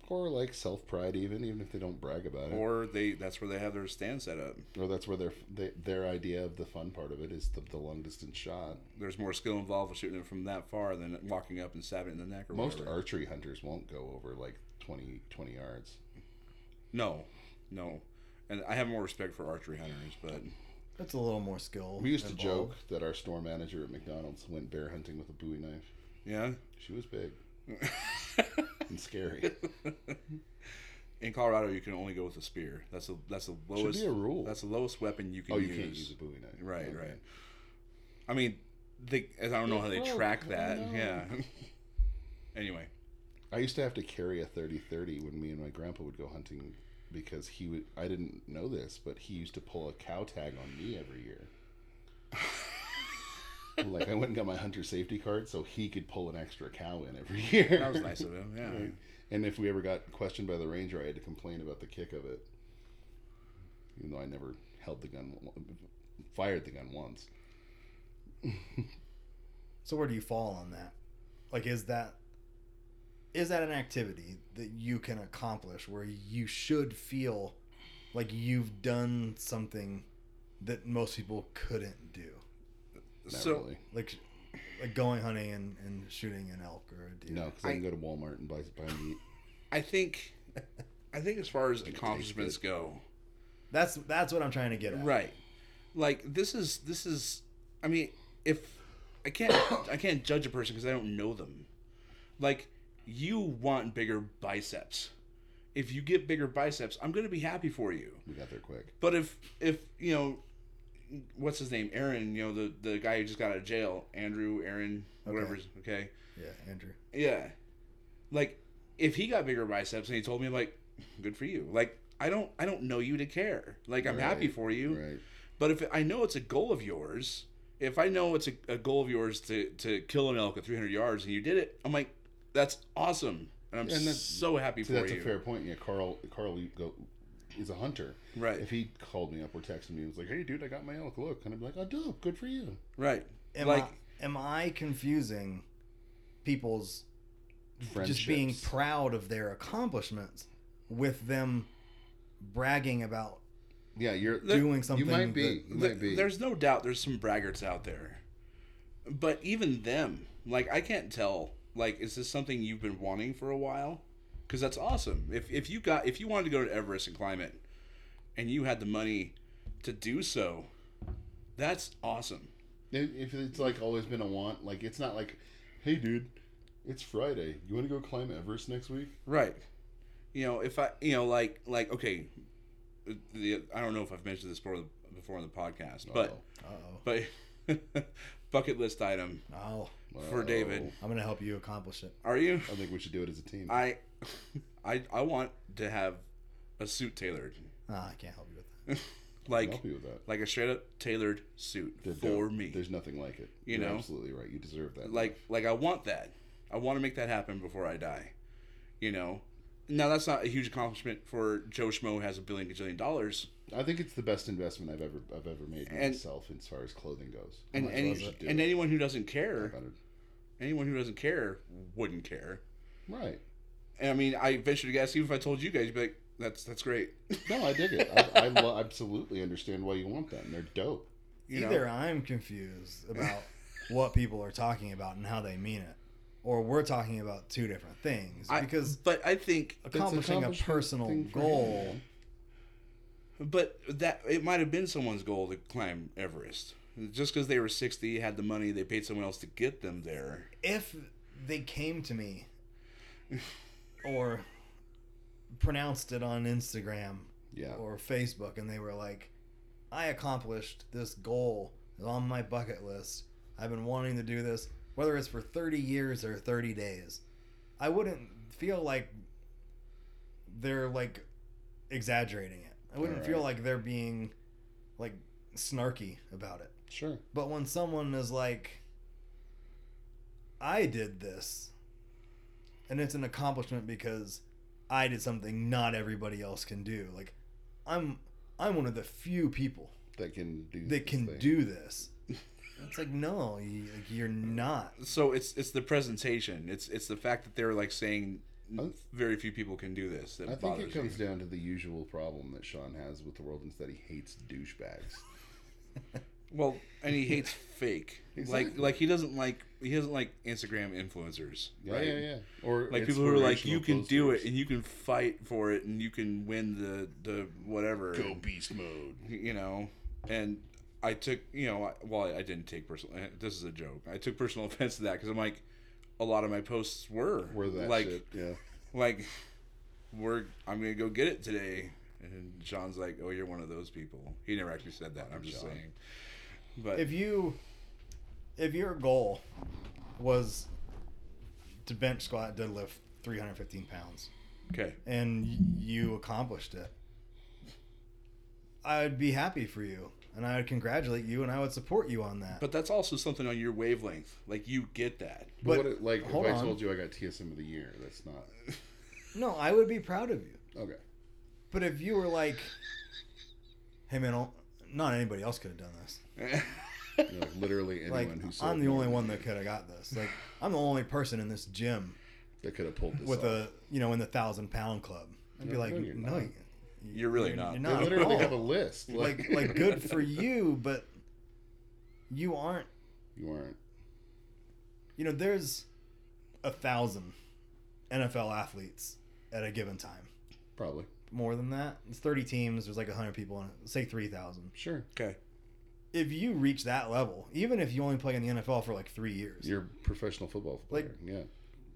Speaker 3: or like self pride, even even if they don't brag about it, or,
Speaker 2: Or they that's where they have their stand set up.
Speaker 3: that's where their they, their idea of the fun part of it is the, the long distance shot.
Speaker 2: There's more skill involved with shooting it from that far than walking up and stabbing it in the neck or
Speaker 3: Most
Speaker 2: whatever.
Speaker 3: archery hunters won't go over like 20, 20 yards.
Speaker 2: No, no. And I have more respect for archery hunters, but
Speaker 1: That's a little more skill.
Speaker 3: We used to joke
Speaker 1: involved.
Speaker 3: that our store manager at McDonald's went bear hunting with a Bowie knife.
Speaker 2: yeah.
Speaker 3: She was
Speaker 2: *laughs*
Speaker 3: big and scary.
Speaker 2: In Colorado, you can only go with a spear. That's the that's the
Speaker 3: Should
Speaker 2: lowest.
Speaker 3: be a rule.
Speaker 2: That's the lowest weapon you can
Speaker 3: oh, you
Speaker 2: use.
Speaker 3: can't use a Bowie knife.
Speaker 2: Right,
Speaker 3: Okay.
Speaker 2: right. I mean, they, I don't know how they
Speaker 3: broke.
Speaker 2: track
Speaker 3: I
Speaker 2: that.
Speaker 3: know.
Speaker 2: Yeah. *laughs* anyway,
Speaker 3: I used to have to carry a 30-30 when me and my grandpa would go hunting because he would. I didn't know this, but he used to pull a cow tag on me every
Speaker 2: *laughs*
Speaker 3: year. like I went and got my hunter safety card so he could pull an extra cow in every year.
Speaker 2: that was nice of him. Yeah.
Speaker 3: Right. And if we ever got questioned by the ranger, I had to complain about the kick of it, even though I never held the gun, fired the gun once.
Speaker 1: So where do you fall on that? Like is that is that an activity that you can accomplish where you should feel like you've done something that most people couldn't do?
Speaker 3: Not
Speaker 2: so
Speaker 3: really.
Speaker 1: Like like going hunting and, and shooting an elk or a deer.
Speaker 3: No, because I, can go to Walmart and buy buy meat. *laughs*
Speaker 2: I think, I think as far as
Speaker 3: tastes
Speaker 2: accomplishments go,
Speaker 1: That's that's what I'm trying to get at.
Speaker 2: right? Like this is this is. I mean, if I can't I can't judge a person because I don't know them. Like you want bigger biceps. If you get bigger biceps, I'm gonna be happy for you.
Speaker 3: We got there quick.
Speaker 2: But if if you know, what's his name, Aaron? You know the the guy who just got out of jail, Andrew, Aaron, whatever. his- Okay.
Speaker 1: Yeah, Andrew.
Speaker 2: Yeah. Like if he got bigger biceps and he told me like, good for you. Like I don't I don't know you to care. Like I'm happy
Speaker 3: Right,
Speaker 2: for you.
Speaker 3: Right.
Speaker 2: But if I know it's a goal of yours, if I know it's a, a goal of yours to to kill an elk at 300 yards and you did it, I'm like, that's awesome. And I'm
Speaker 3: And that's-
Speaker 2: so happy
Speaker 3: See,
Speaker 2: for
Speaker 3: that's
Speaker 2: you.
Speaker 3: a fair point. Yeah, Carl. Carl, you go. Is a hunter.
Speaker 2: Right.
Speaker 3: If he called me up or texted me and was like, "Hey, dude, I got my elk. Look," and I'd be like, "Oh, dope. Good for you."
Speaker 2: Right.
Speaker 1: Am
Speaker 2: like
Speaker 1: I am I confusing people's
Speaker 3: Friendships.
Speaker 1: just being proud of their accomplishments with them bragging about
Speaker 3: yeah, you're.
Speaker 1: doing something
Speaker 3: you might be.
Speaker 1: that-
Speaker 3: You might
Speaker 2: Th-
Speaker 3: be.
Speaker 2: There's no doubt there's some braggarts out there. But even them, like I can't tell like is this something you've been wanting for a while? Cuz that's awesome. If if you got if you wanted to go to Everest and climb it and you had the money to do so, that's awesome.
Speaker 3: If if it's like always been a want, like it's not like, hey, dude, it's Friday. You want to go climb Everest next week?
Speaker 2: Right. You know, if I, you know, like, like, okay, the, I don't know if I've mentioned this before, before on the podcast, but,
Speaker 1: Uh-oh.
Speaker 2: but *laughs* bucket list item
Speaker 1: Oh,
Speaker 3: Uh-oh.
Speaker 2: for David.
Speaker 1: I'm going to help you accomplish it.
Speaker 2: Are you?
Speaker 3: I think we should do it as a team.
Speaker 2: I, I, I want to have a suit tailored,
Speaker 1: Ah, I can't help you with that.
Speaker 3: I'll
Speaker 2: like,
Speaker 3: help you with that.
Speaker 2: like a straight up tailored suit
Speaker 3: There-
Speaker 2: for
Speaker 3: there-
Speaker 2: me.
Speaker 3: there's nothing like it.
Speaker 2: You
Speaker 3: You're
Speaker 2: know?
Speaker 3: absolutely right. You deserve that.
Speaker 2: Like, like I want that. I want to make that happen before I die. You know. Now that's not a huge accomplishment for Joe Schmo who has a billion gajillion dollars,
Speaker 3: I think it's the best investment I've ever I've ever made
Speaker 2: And-
Speaker 3: myself as far as clothing goes.
Speaker 2: and
Speaker 3: Might as well
Speaker 2: any,
Speaker 3: just do
Speaker 2: and
Speaker 3: it.
Speaker 2: anyone who doesn't care
Speaker 3: About it.
Speaker 2: anyone who doesn't care wouldn't care.
Speaker 3: right?
Speaker 2: And I mean, I venture to guess, even if I told you guys, you'd be like, "That's that's great." *laughs*
Speaker 3: No, I dig it. I, I lo- *laughs* absolutely understand why you want that, and they're dope.
Speaker 2: You
Speaker 1: Either
Speaker 2: know,
Speaker 1: I'm confused about what people are talking about and how they mean it, or we're talking about two different things.
Speaker 2: I-
Speaker 1: because
Speaker 2: but I think,
Speaker 3: It's an
Speaker 1: accomplishing a
Speaker 3: accomplishment
Speaker 1: personal
Speaker 3: thing for him,
Speaker 1: goal.
Speaker 3: man.
Speaker 2: but that it might have been someone's goal to climb Everest, just because they were sixty, had the money, they paid someone else to get them there.
Speaker 1: if they came to me or pronounced it on Instagram
Speaker 3: Yeah.
Speaker 1: or Facebook and they were like, I accomplished this goal It's on my bucket list. I've been wanting to do this, whether it's for 30 years or 30 days. I wouldn't feel like they're like exaggerating it. I wouldn't
Speaker 3: All
Speaker 1: feel
Speaker 3: right.
Speaker 1: like they're being like snarky about it.
Speaker 3: Sure.
Speaker 1: But when someone is like, I did this, and it's an accomplishment because I did something not everybody else can do. Like, I'm I'm one of the few people
Speaker 3: That can do.
Speaker 1: that
Speaker 3: this
Speaker 1: can
Speaker 3: thing.
Speaker 1: do this. It's like no, you, like, you're not.
Speaker 2: So it's it's the presentation. It's it's the fact that they're like saying
Speaker 3: I-
Speaker 2: very few people can do this. That
Speaker 3: I think it
Speaker 2: bothers me.
Speaker 3: comes down to the usual problem that Sean has with the world is that he hates
Speaker 1: *laughs*
Speaker 3: douchebags.
Speaker 2: Well, and he hates fake. Like
Speaker 3: Exactly.
Speaker 2: like he doesn't like he doesn't like Instagram influencers.
Speaker 3: Yeah,
Speaker 2: right?
Speaker 3: yeah, yeah. Or
Speaker 2: Like people who are like
Speaker 3: inspirational
Speaker 2: you can do it
Speaker 3: posters.
Speaker 2: and you can fight for it and you can win the the whatever.
Speaker 3: Go beast mode.
Speaker 2: you know and i took you know I, well i didn't take personal eh, this is a joke i took personal *laughs* offense to that because i'm like a lot of my posts were
Speaker 3: Where that
Speaker 2: like
Speaker 3: shit. Yeah.
Speaker 2: like we're i'm gonna go get it today and sean's like oh you're one of those people he never actually said that i'm just
Speaker 3: Sean.
Speaker 2: saying but
Speaker 1: If you if your goal was to bench squat deadlift 315 pounds
Speaker 2: okay
Speaker 1: and y- you accomplished it, I'd be happy for you and I would congratulate you and I would support you on that.
Speaker 2: but that's also something on your wavelength like you get that
Speaker 1: But-
Speaker 3: But, what it, like, if
Speaker 1: hold
Speaker 3: I
Speaker 1: on.
Speaker 3: told you I got TSM of the year, that's not
Speaker 1: no, I would be proud of you. *laughs*
Speaker 3: okay.
Speaker 1: But if you were like, hey man, I'll- not anybody else could have done this.
Speaker 3: You know, like, literally anyone
Speaker 1: Like,
Speaker 3: who sold
Speaker 1: I'm the
Speaker 3: me
Speaker 1: only one that could have got this. Like, I'm the only person in this gym
Speaker 3: that could have pulled this
Speaker 1: with
Speaker 3: off.
Speaker 1: a you know in the thousand pound club. I'd be
Speaker 3: No,
Speaker 1: like,
Speaker 3: no, you're
Speaker 1: no,
Speaker 3: not.
Speaker 1: you-
Speaker 2: *laughs* You're really
Speaker 1: *laughs*
Speaker 2: not."
Speaker 1: You're
Speaker 3: They
Speaker 1: not at
Speaker 3: literally
Speaker 1: all."
Speaker 3: have a list. *laughs*
Speaker 1: like like good for you, but you aren't.
Speaker 3: you aren't.
Speaker 1: You know, there's a thousand NFL athletes at a given time.
Speaker 3: Probably.
Speaker 1: More than that, it's 30 teams. There's like 100 people in it. Say 3,000.
Speaker 3: Sure.
Speaker 2: okay
Speaker 1: If you reach that level, even if you only play in the NFL for like three years,
Speaker 3: You're a professional football player.
Speaker 1: Like-
Speaker 3: yeah.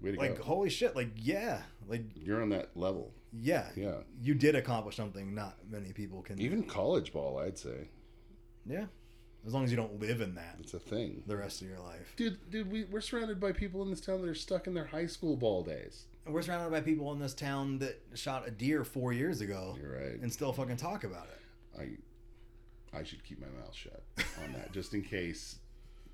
Speaker 3: Way to
Speaker 1: like
Speaker 3: go.
Speaker 1: holy shit, like yeah, like
Speaker 3: You're on that level.
Speaker 1: yeah,
Speaker 3: Yeah.
Speaker 1: you did accomplish something. Not many people can.
Speaker 3: Even college ball, I'd say.
Speaker 1: yeah, as long as you don't live in that
Speaker 3: It's a thing.
Speaker 1: the rest of your life.
Speaker 3: Dude, dude, we, we're surrounded by people in this town that are stuck in their high school ball days.
Speaker 1: We're surrounded by people in this town that shot a deer four years ago
Speaker 3: You're right.
Speaker 1: and still fucking talk about it.
Speaker 3: I I should keep my mouth shut on that, just in case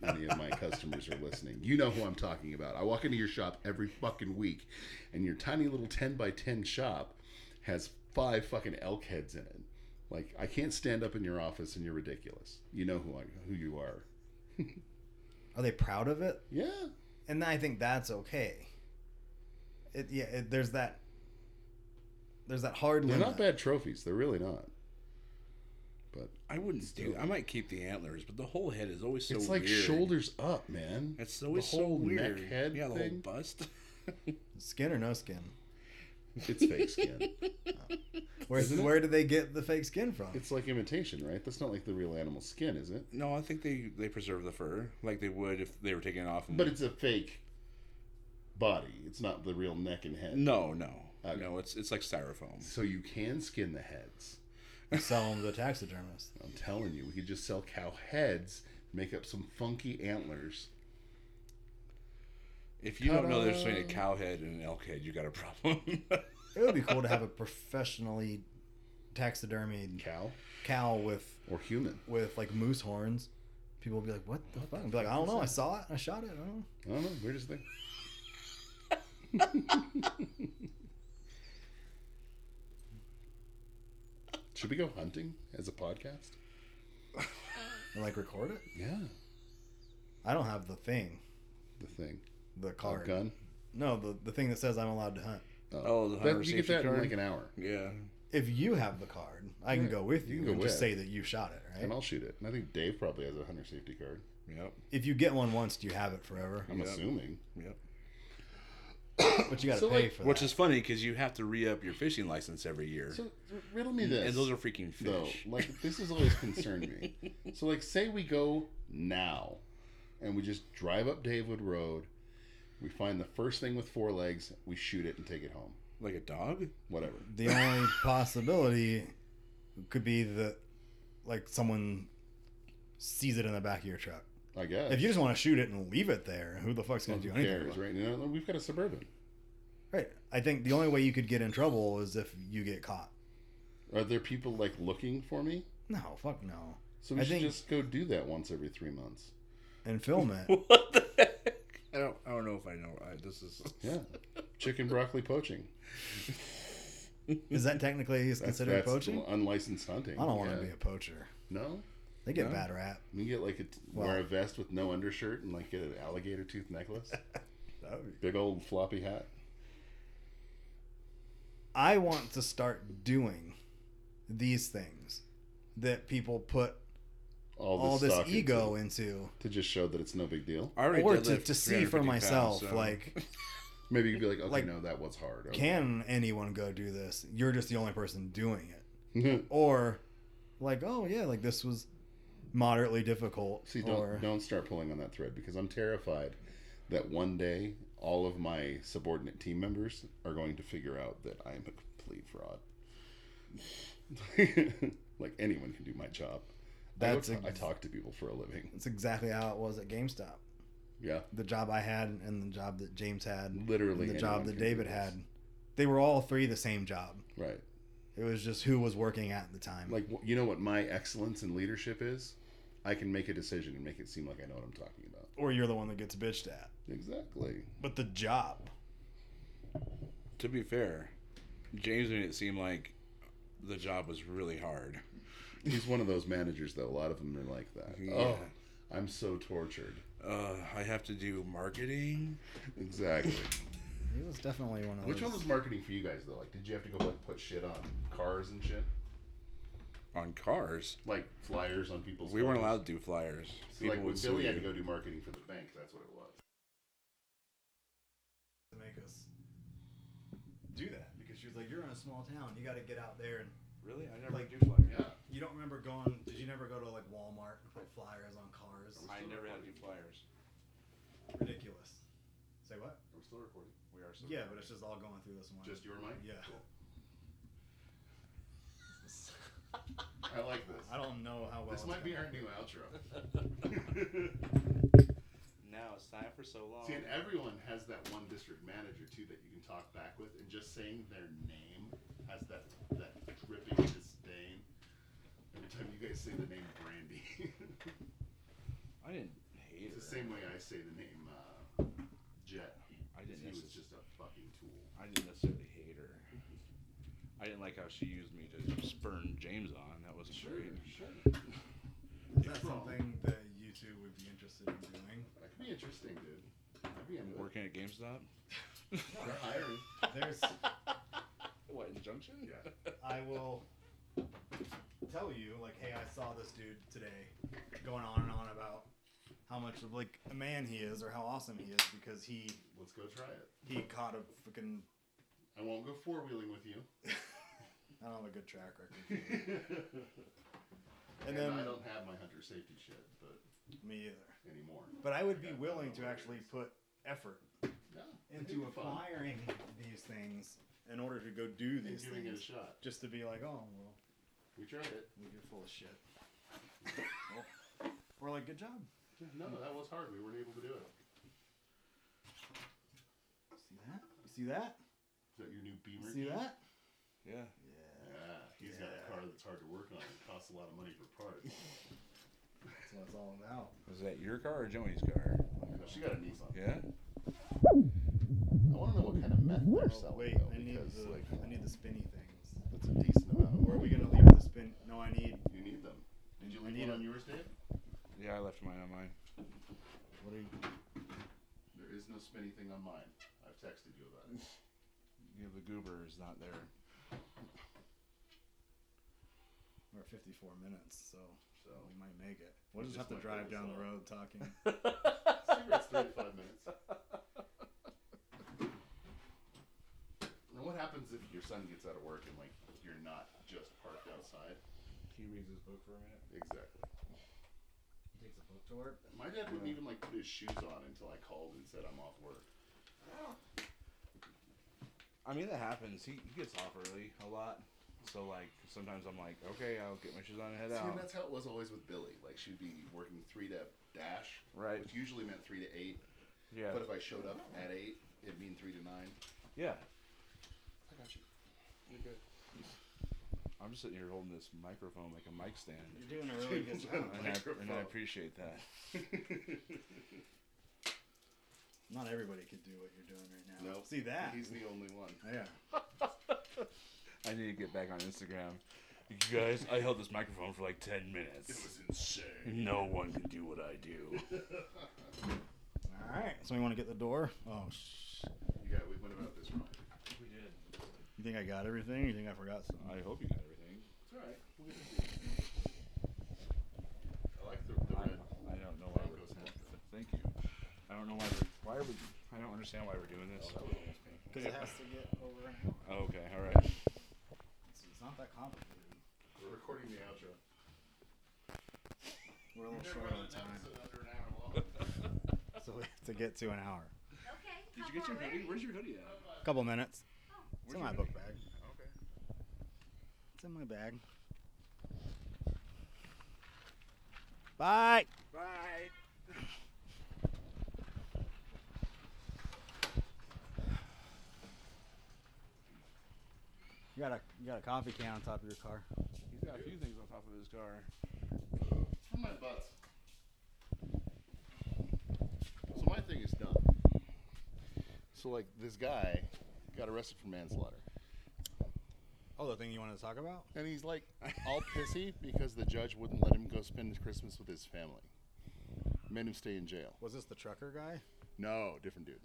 Speaker 3: any of my customers are listening. You know who I'm talking about. I walk into your shop every fucking week, and your tiny little ten by ten shop has five fucking elk heads in it. Like I can't stand up in your office, and you're ridiculous. You know who I who you are.
Speaker 1: Are they proud of it?
Speaker 3: Yeah,
Speaker 1: And I think that's okay. It, yeah, it, there's that. There's that hard
Speaker 3: they're
Speaker 1: limit.
Speaker 3: not bad trophies. They're really not. But
Speaker 2: i wouldn't do i might keep the antlers but the whole head is always so
Speaker 3: it's like
Speaker 2: weird.
Speaker 3: shoulders up, man.
Speaker 2: it's always
Speaker 3: the whole
Speaker 2: so weird
Speaker 3: neck head
Speaker 2: yeah the
Speaker 3: thing.
Speaker 2: whole bust *laughs*
Speaker 1: Skin or no skin?
Speaker 3: *laughs* It's fake skin.
Speaker 1: Where's
Speaker 3: Isn't it?
Speaker 1: where did they get the fake skin from?
Speaker 3: it's like imitation, right? That's not like the real animal skin, is it?
Speaker 2: No, I think they they preserve the fur like they would if they were taking it off. And,
Speaker 3: But it's a fake body. It's not the real neck and head.
Speaker 2: no, no,
Speaker 3: Okay.
Speaker 2: no. It's it's like styrofoam.
Speaker 3: So you can skin the heads.
Speaker 1: Sell them to the taxidermist.
Speaker 3: I'm telling you, we could just sell cow heads, make up some funky antlers.
Speaker 2: If you don't know the difference between a
Speaker 3: Ta-da.
Speaker 2: cow head and an elk head, you got a problem. *laughs*
Speaker 1: It would be cool to have a professionally taxidermied
Speaker 3: Cow
Speaker 1: cow with
Speaker 3: or human?
Speaker 1: with like moose horns. People would be like, "What the fuck?" I'd be like, "I don't know. I saw it. I shot it. I don't know."
Speaker 3: I don't know. Weirdest thing. *laughs* Should we go hunting as a podcast?
Speaker 1: And like record it.
Speaker 3: Yeah,
Speaker 1: I don't have the thing,
Speaker 3: the thing.
Speaker 1: the card.
Speaker 3: Gun.
Speaker 1: No, the, the thing that says I'm allowed to hunt.
Speaker 2: Oh, the hunter
Speaker 3: that, you get
Speaker 2: safety
Speaker 3: that in
Speaker 2: card?
Speaker 3: like an hour,
Speaker 2: yeah,
Speaker 1: If you have the card, I can
Speaker 3: Right.
Speaker 1: go with
Speaker 3: You
Speaker 1: you,
Speaker 3: can go
Speaker 1: and just
Speaker 3: with.
Speaker 1: say that you shot it, right?
Speaker 3: and I'll shoot it. And I think Dave probably has a hunter safety card.
Speaker 2: yep,
Speaker 1: If you get one once, do you have it forever?
Speaker 3: I'm
Speaker 2: Yep.
Speaker 3: assuming.
Speaker 2: yep.
Speaker 1: But you got to
Speaker 3: So,
Speaker 1: pay
Speaker 3: like,
Speaker 1: for that.
Speaker 2: Which is funny because you have to re up your fishing license every year,
Speaker 3: So riddle me this.
Speaker 2: and those are freaking
Speaker 3: though.
Speaker 2: fish.
Speaker 3: Like this has always
Speaker 1: *laughs*
Speaker 3: concerned me. So like, say we go now, and we just drive up Davewood Road. We find the first thing with four legs. We shoot it and take it home.
Speaker 2: Like a dog? *laughs*
Speaker 3: Whatever.
Speaker 1: the only possibility could be that like someone sees it in the back of your truck.
Speaker 3: I guess.
Speaker 1: If you just want to shoot it and leave it there, who the fuck's
Speaker 3: Well,
Speaker 1: gonna do
Speaker 3: who
Speaker 1: anything?
Speaker 3: cares,
Speaker 1: about it?
Speaker 3: right? You know, we've got a suburban.
Speaker 1: right. I think the only way you could get in trouble is if you get caught.
Speaker 3: Are there people like looking for me?
Speaker 1: No, fuck no.
Speaker 3: So we
Speaker 1: I
Speaker 3: should
Speaker 1: think-
Speaker 3: just go do that once every three months.
Speaker 1: And film
Speaker 2: *laughs*
Speaker 1: it.
Speaker 2: What the heck? I don't. I don't know if I know. I, this is.
Speaker 3: Yeah,
Speaker 1: *laughs*
Speaker 3: chicken broccoli poaching.
Speaker 1: Is that technically is
Speaker 3: That's,
Speaker 1: considered
Speaker 3: that's
Speaker 1: poaching?
Speaker 3: unlicensed hunting.
Speaker 1: I don't want to
Speaker 3: Yeah.
Speaker 1: be a poacher.
Speaker 3: No,
Speaker 1: They get
Speaker 2: No.
Speaker 1: bad rap.
Speaker 3: you can get like a t
Speaker 1: Well-
Speaker 3: wear a vest with no undershirt and like get an alligator tooth
Speaker 1: *laughs*
Speaker 3: necklace,
Speaker 1: That would be-
Speaker 3: big old floppy hat.
Speaker 1: I want to start doing these things that people put
Speaker 3: All this,
Speaker 1: all this
Speaker 3: stock into-
Speaker 1: ego into,
Speaker 3: to just show that it's no big deal.
Speaker 2: I already
Speaker 1: or
Speaker 2: deadlift
Speaker 1: to, to see for
Speaker 2: 350
Speaker 1: myself,
Speaker 2: pounds, so-
Speaker 1: like
Speaker 3: *laughs* Maybe you could be like, okay,
Speaker 1: Like,
Speaker 3: no, that was hard. Okay.
Speaker 1: can anyone go do this? You're just the only person doing it.
Speaker 3: Can
Speaker 1: Or like, oh yeah, like this was moderately difficult.
Speaker 3: *laughs* see? Don't
Speaker 1: or
Speaker 3: don't start pulling on that thread because I'm terrified that one day all of my subordinate team members are going to figure out that I'm a complete fraud. *laughs* like anyone can do my job.
Speaker 1: That's
Speaker 3: I,
Speaker 1: a-
Speaker 3: go- I talk to people for a living.
Speaker 1: it's exactly how it was at GameStop.
Speaker 3: Yeah,
Speaker 1: The job I had and the job that James had, and
Speaker 3: literally
Speaker 1: the
Speaker 3: anyone
Speaker 1: job that
Speaker 3: can do
Speaker 1: David
Speaker 3: this.
Speaker 1: had, they were all three the same job.
Speaker 3: Right.
Speaker 1: It was just who was working at the time.
Speaker 3: Like wh- you know what my excellence in leadership is? I can make a decision and make it seem like I know what I'm talking about.
Speaker 1: or you're the one that gets bitched at.
Speaker 3: Exactly.
Speaker 1: But the job.
Speaker 2: To be fair, James made it seem like the job was really hard.
Speaker 3: He's one of those managers though. A lot of them are like that. Oh,
Speaker 2: Yeah.
Speaker 3: I'm so tortured.
Speaker 2: Uh, I have to do marketing.
Speaker 1: *laughs*
Speaker 3: Exactly.
Speaker 1: He was definitely one of
Speaker 3: Which
Speaker 1: those.
Speaker 3: one was marketing for you guys though? Like, did you have to go like put shit on cars and shit?
Speaker 2: on cars.
Speaker 3: Like flyers on people's.
Speaker 2: We weren't
Speaker 3: cars?
Speaker 2: allowed to do flyers.
Speaker 3: So, like when
Speaker 2: sue
Speaker 3: Billy had
Speaker 2: you.
Speaker 3: to go do marketing for the bank, that's what it was.
Speaker 1: to make us do that because she was like, "You're in a small town. You got to get out there." And
Speaker 2: Really, I never
Speaker 1: Like-
Speaker 2: do flyers.
Speaker 3: *laughs* Yeah.
Speaker 1: you don't remember going? Did you never go to like Walmart and put flyers on cars?
Speaker 2: I never had to do flyers.
Speaker 1: Ridiculous. Say what?
Speaker 3: I'm still recording.
Speaker 2: We are so
Speaker 1: Yeah, but it's just all going through this one.
Speaker 3: Just *laughs* your mic.
Speaker 1: Yeah.
Speaker 3: I like this.
Speaker 1: I don't know how well.
Speaker 3: This
Speaker 1: it's
Speaker 3: might be
Speaker 1: gonna-
Speaker 3: our new outro.
Speaker 2: *laughs* Now it's time for so long.
Speaker 3: See, and everyone has that one district manager too that you can talk back with, and just saying their name has that that dripping disdain. Every time you guys say the name Brandy, *laughs*
Speaker 2: I didn't hate
Speaker 3: it's
Speaker 2: her.
Speaker 3: the same way I say the name uh, Jet.
Speaker 2: I didn't
Speaker 3: He was
Speaker 2: necess-
Speaker 3: just a fucking tool.
Speaker 2: I didn't necessarily hate her. I didn't like how she used me to spurn James on. That wasn't great.
Speaker 3: sure.
Speaker 1: Is that something that you two would be interested in doing?
Speaker 3: That could be interesting, dude. I'd be into it.
Speaker 2: Working at GameStop.
Speaker 3: They're *laughs* hiring. *laughs*
Speaker 1: There's.
Speaker 2: What in Junction?
Speaker 3: Yeah.
Speaker 1: I will tell you, like, hey, I saw this dude today going on and on about how much of like a man he is or how awesome he is because he
Speaker 3: Let's go try it.
Speaker 1: he caught a freaking
Speaker 3: I won't go four wheeling with you. *laughs*
Speaker 1: I don't have a good track record.
Speaker 3: and
Speaker 1: And
Speaker 3: I
Speaker 1: then
Speaker 3: don't have my hunter safety shit, but
Speaker 1: me either.
Speaker 3: anymore.
Speaker 1: But I would be willing to actually put effort
Speaker 3: Yeah, it'd
Speaker 1: into
Speaker 3: be fun.
Speaker 1: acquiring these things in order to go do
Speaker 3: And
Speaker 1: these
Speaker 3: giving it a
Speaker 1: things.
Speaker 3: shot.
Speaker 1: Just to be like, oh well,
Speaker 3: We tried it.
Speaker 1: you're full of
Speaker 3: *laughs*
Speaker 1: shit. Well, We're like, good job.
Speaker 3: No, that was hard. We weren't able to do it.
Speaker 1: See that? You see that?
Speaker 3: Is that your new
Speaker 1: You
Speaker 3: Beamer?
Speaker 1: see
Speaker 3: Jeep?
Speaker 1: that?
Speaker 2: Yeah.
Speaker 1: Yeah.
Speaker 3: Yeah, he's got a car that's hard to work on. It costs a lot of money for parts.
Speaker 1: *laughs* That's what it's all about.
Speaker 2: Was that your car or Joey's car?
Speaker 3: she got a Nissan.
Speaker 2: Yeah.
Speaker 3: I want to know what kind of meth they're
Speaker 1: Oh,
Speaker 3: selling.
Speaker 1: wait,
Speaker 3: though,
Speaker 1: I need
Speaker 3: because,
Speaker 1: the
Speaker 3: like,
Speaker 1: I need the spinny things.
Speaker 3: that's a decent amount.
Speaker 1: Where are we gonna leave the spin? No, I need.
Speaker 3: You need them. Did you
Speaker 1: I
Speaker 3: leave
Speaker 1: need
Speaker 3: one on
Speaker 1: them.
Speaker 3: yours, Dave?
Speaker 2: Yeah, I left mine on mine.
Speaker 1: What are you?
Speaker 3: There is no spinny thing on mine. I've texted you
Speaker 1: *laughs*
Speaker 3: about it.
Speaker 2: Yeah, the goober is not there.
Speaker 1: We're at 54 minutes, so
Speaker 3: So
Speaker 1: Oh,
Speaker 3: *laughs*
Speaker 1: we might make it. We'll
Speaker 3: We
Speaker 1: just have
Speaker 3: just
Speaker 1: to
Speaker 3: might
Speaker 1: drive
Speaker 3: pull
Speaker 1: down
Speaker 3: this
Speaker 1: the
Speaker 3: off.
Speaker 1: *laughs* road talking.
Speaker 3: cigarettes, thirty-five *laughs* minutes. Now, what happens if your son gets out of work and like you're not just parked outside?
Speaker 2: He reads his book for a minute.
Speaker 3: Exactly.
Speaker 1: He takes a book to work.
Speaker 3: My dad wouldn't even like put his shoes on until I called and said I'm off work.
Speaker 2: I mean, that happens. He, he gets off early a lot. So, like, sometimes I'm like, okay, I'll get my shoes on and head
Speaker 3: See, and
Speaker 2: out.
Speaker 3: that's how it was always with Billy. Like she'd be working three to dash,
Speaker 2: Right.
Speaker 3: Which usually meant three to eight.
Speaker 2: Yeah.
Speaker 3: But if I showed up at eight, it'd *laughs* mean three to nine.
Speaker 2: Yeah.
Speaker 3: I got you.
Speaker 2: I'm sitting here holding this microphone like a mic stand,
Speaker 1: You're doing a really good job.
Speaker 2: and I, and I appreciate that.
Speaker 1: Not everybody could do what you're doing right now.
Speaker 3: Nope.
Speaker 1: See that? Oh,
Speaker 3: He's the only one.
Speaker 1: yeah.
Speaker 2: I need to get back on Instagram. You guys, I held this microphone for like
Speaker 3: *laughs*
Speaker 2: ten *laughs* minutes.
Speaker 3: insane.
Speaker 2: No one can do what I do.
Speaker 1: All right. So you want to get the door? Oh, sh-
Speaker 3: Yeah, we went about this wrong.
Speaker 2: *laughs* We did.
Speaker 1: you think I got everything? You think I forgot something?
Speaker 2: I hope you got everything.
Speaker 3: It's alright. We'll get it. I like the, the
Speaker 2: I,
Speaker 3: red.
Speaker 2: I don't know why. We're, thank you. I don't know why. We're, why are we? I don't understand why we're doing this.
Speaker 1: Because it has to get over. an hour.
Speaker 2: Oh, okay. All right.
Speaker 1: It's, it's not that complicated.
Speaker 3: We're recording the outro.
Speaker 1: We're a little
Speaker 3: Never
Speaker 1: short
Speaker 3: run
Speaker 1: on
Speaker 3: an
Speaker 1: time,
Speaker 3: episode under an hour long.
Speaker 1: so we have to get to an hour.
Speaker 4: Okay.
Speaker 2: Did
Speaker 4: come
Speaker 2: you get your hoodie?
Speaker 4: already.
Speaker 2: Where's your hoodie
Speaker 3: Oh,
Speaker 2: at?
Speaker 1: A couple minutes. It's
Speaker 2: Where's
Speaker 1: in
Speaker 2: your
Speaker 1: my book bag.
Speaker 2: Okay.
Speaker 1: It's in my bag. Bye.
Speaker 2: Bye.
Speaker 1: You got a you got a coffee can on top of your car.
Speaker 2: He's got a few things on top of his car.
Speaker 3: From my butts. So my thing is done. So like this guy got arrested for manslaughter,
Speaker 1: Oh, the thing you wanted to talk about?
Speaker 3: and he's like all pissy because the judge wouldn't let him go spend Christmas with his family. Made him stay in jail.
Speaker 1: Was this the trucker guy?
Speaker 3: No, different dude.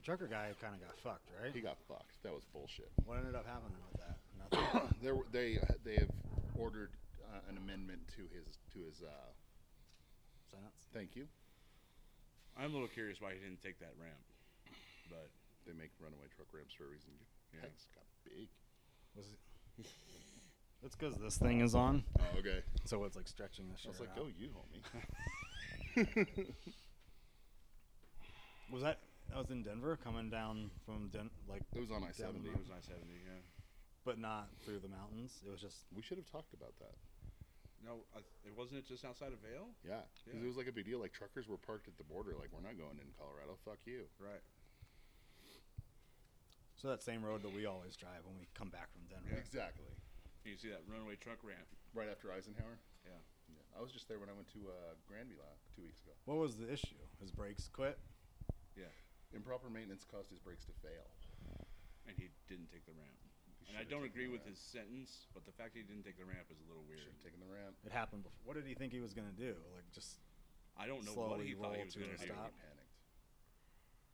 Speaker 1: The trucker guy kind of got fucked,
Speaker 3: He
Speaker 1: right?
Speaker 3: got fucked. That was *coughs* bullshit.
Speaker 1: What ended up happening with that? Nothing.
Speaker 3: There, were- they they have ordered uh, an amendment to his to his. Uh,
Speaker 1: Sentence.
Speaker 3: thank you.
Speaker 2: I'm a little curious why he didn't take that ramp, but
Speaker 3: They make runaway truck ramps for a reason.
Speaker 2: Yeah.
Speaker 3: That's got big.
Speaker 1: Was
Speaker 3: *laughs*
Speaker 1: it? It's because this thing is on,
Speaker 3: Oh, okay.
Speaker 1: so it's like stretching the
Speaker 3: I
Speaker 1: shit.
Speaker 3: was like, "Oh,
Speaker 1: out.
Speaker 3: "Go you, *laughs* homie."
Speaker 1: Was that that was in Denver, coming down from Den, like,
Speaker 3: It was on I
Speaker 1: Down the
Speaker 3: seventy.
Speaker 2: it was 970. Yeah.
Speaker 1: but not through the mountains. It was just
Speaker 3: We should have talked about that.
Speaker 2: No, I, it wasn't it just outside of Vale.
Speaker 3: Yeah, because
Speaker 2: Yeah.
Speaker 3: it was like a big deal. Like truckers were parked at the border. Like we're not going in Colorado. Fuck you.
Speaker 2: Right.
Speaker 1: so that same road that we always drive when we come back from Denver.
Speaker 3: Exactly.
Speaker 2: You can see that runaway truck ramp.
Speaker 3: Right after Eisenhower.
Speaker 2: Yeah.
Speaker 3: Yeah. I was just there when I went to uh, Granby last two weeks ago.
Speaker 1: What was the issue? His brakes quit.
Speaker 2: Yeah.
Speaker 3: Improper maintenance caused his brakes to fail.
Speaker 2: And he didn't take the ramp.
Speaker 3: He
Speaker 2: And I
Speaker 3: should've
Speaker 2: don't
Speaker 3: taken
Speaker 2: agree
Speaker 3: the
Speaker 2: with
Speaker 3: ramp.
Speaker 2: his sentence, but the fact that he didn't take the ramp is a little
Speaker 3: Should
Speaker 2: weird.
Speaker 3: have taken the ramp.
Speaker 1: It happened before. What did he think he was gonna do? Like, just
Speaker 2: I don't know what
Speaker 1: Slowly
Speaker 2: he thought
Speaker 1: roll
Speaker 2: he was
Speaker 1: to
Speaker 2: going
Speaker 1: a
Speaker 2: to do.
Speaker 1: stop.
Speaker 3: He panicked.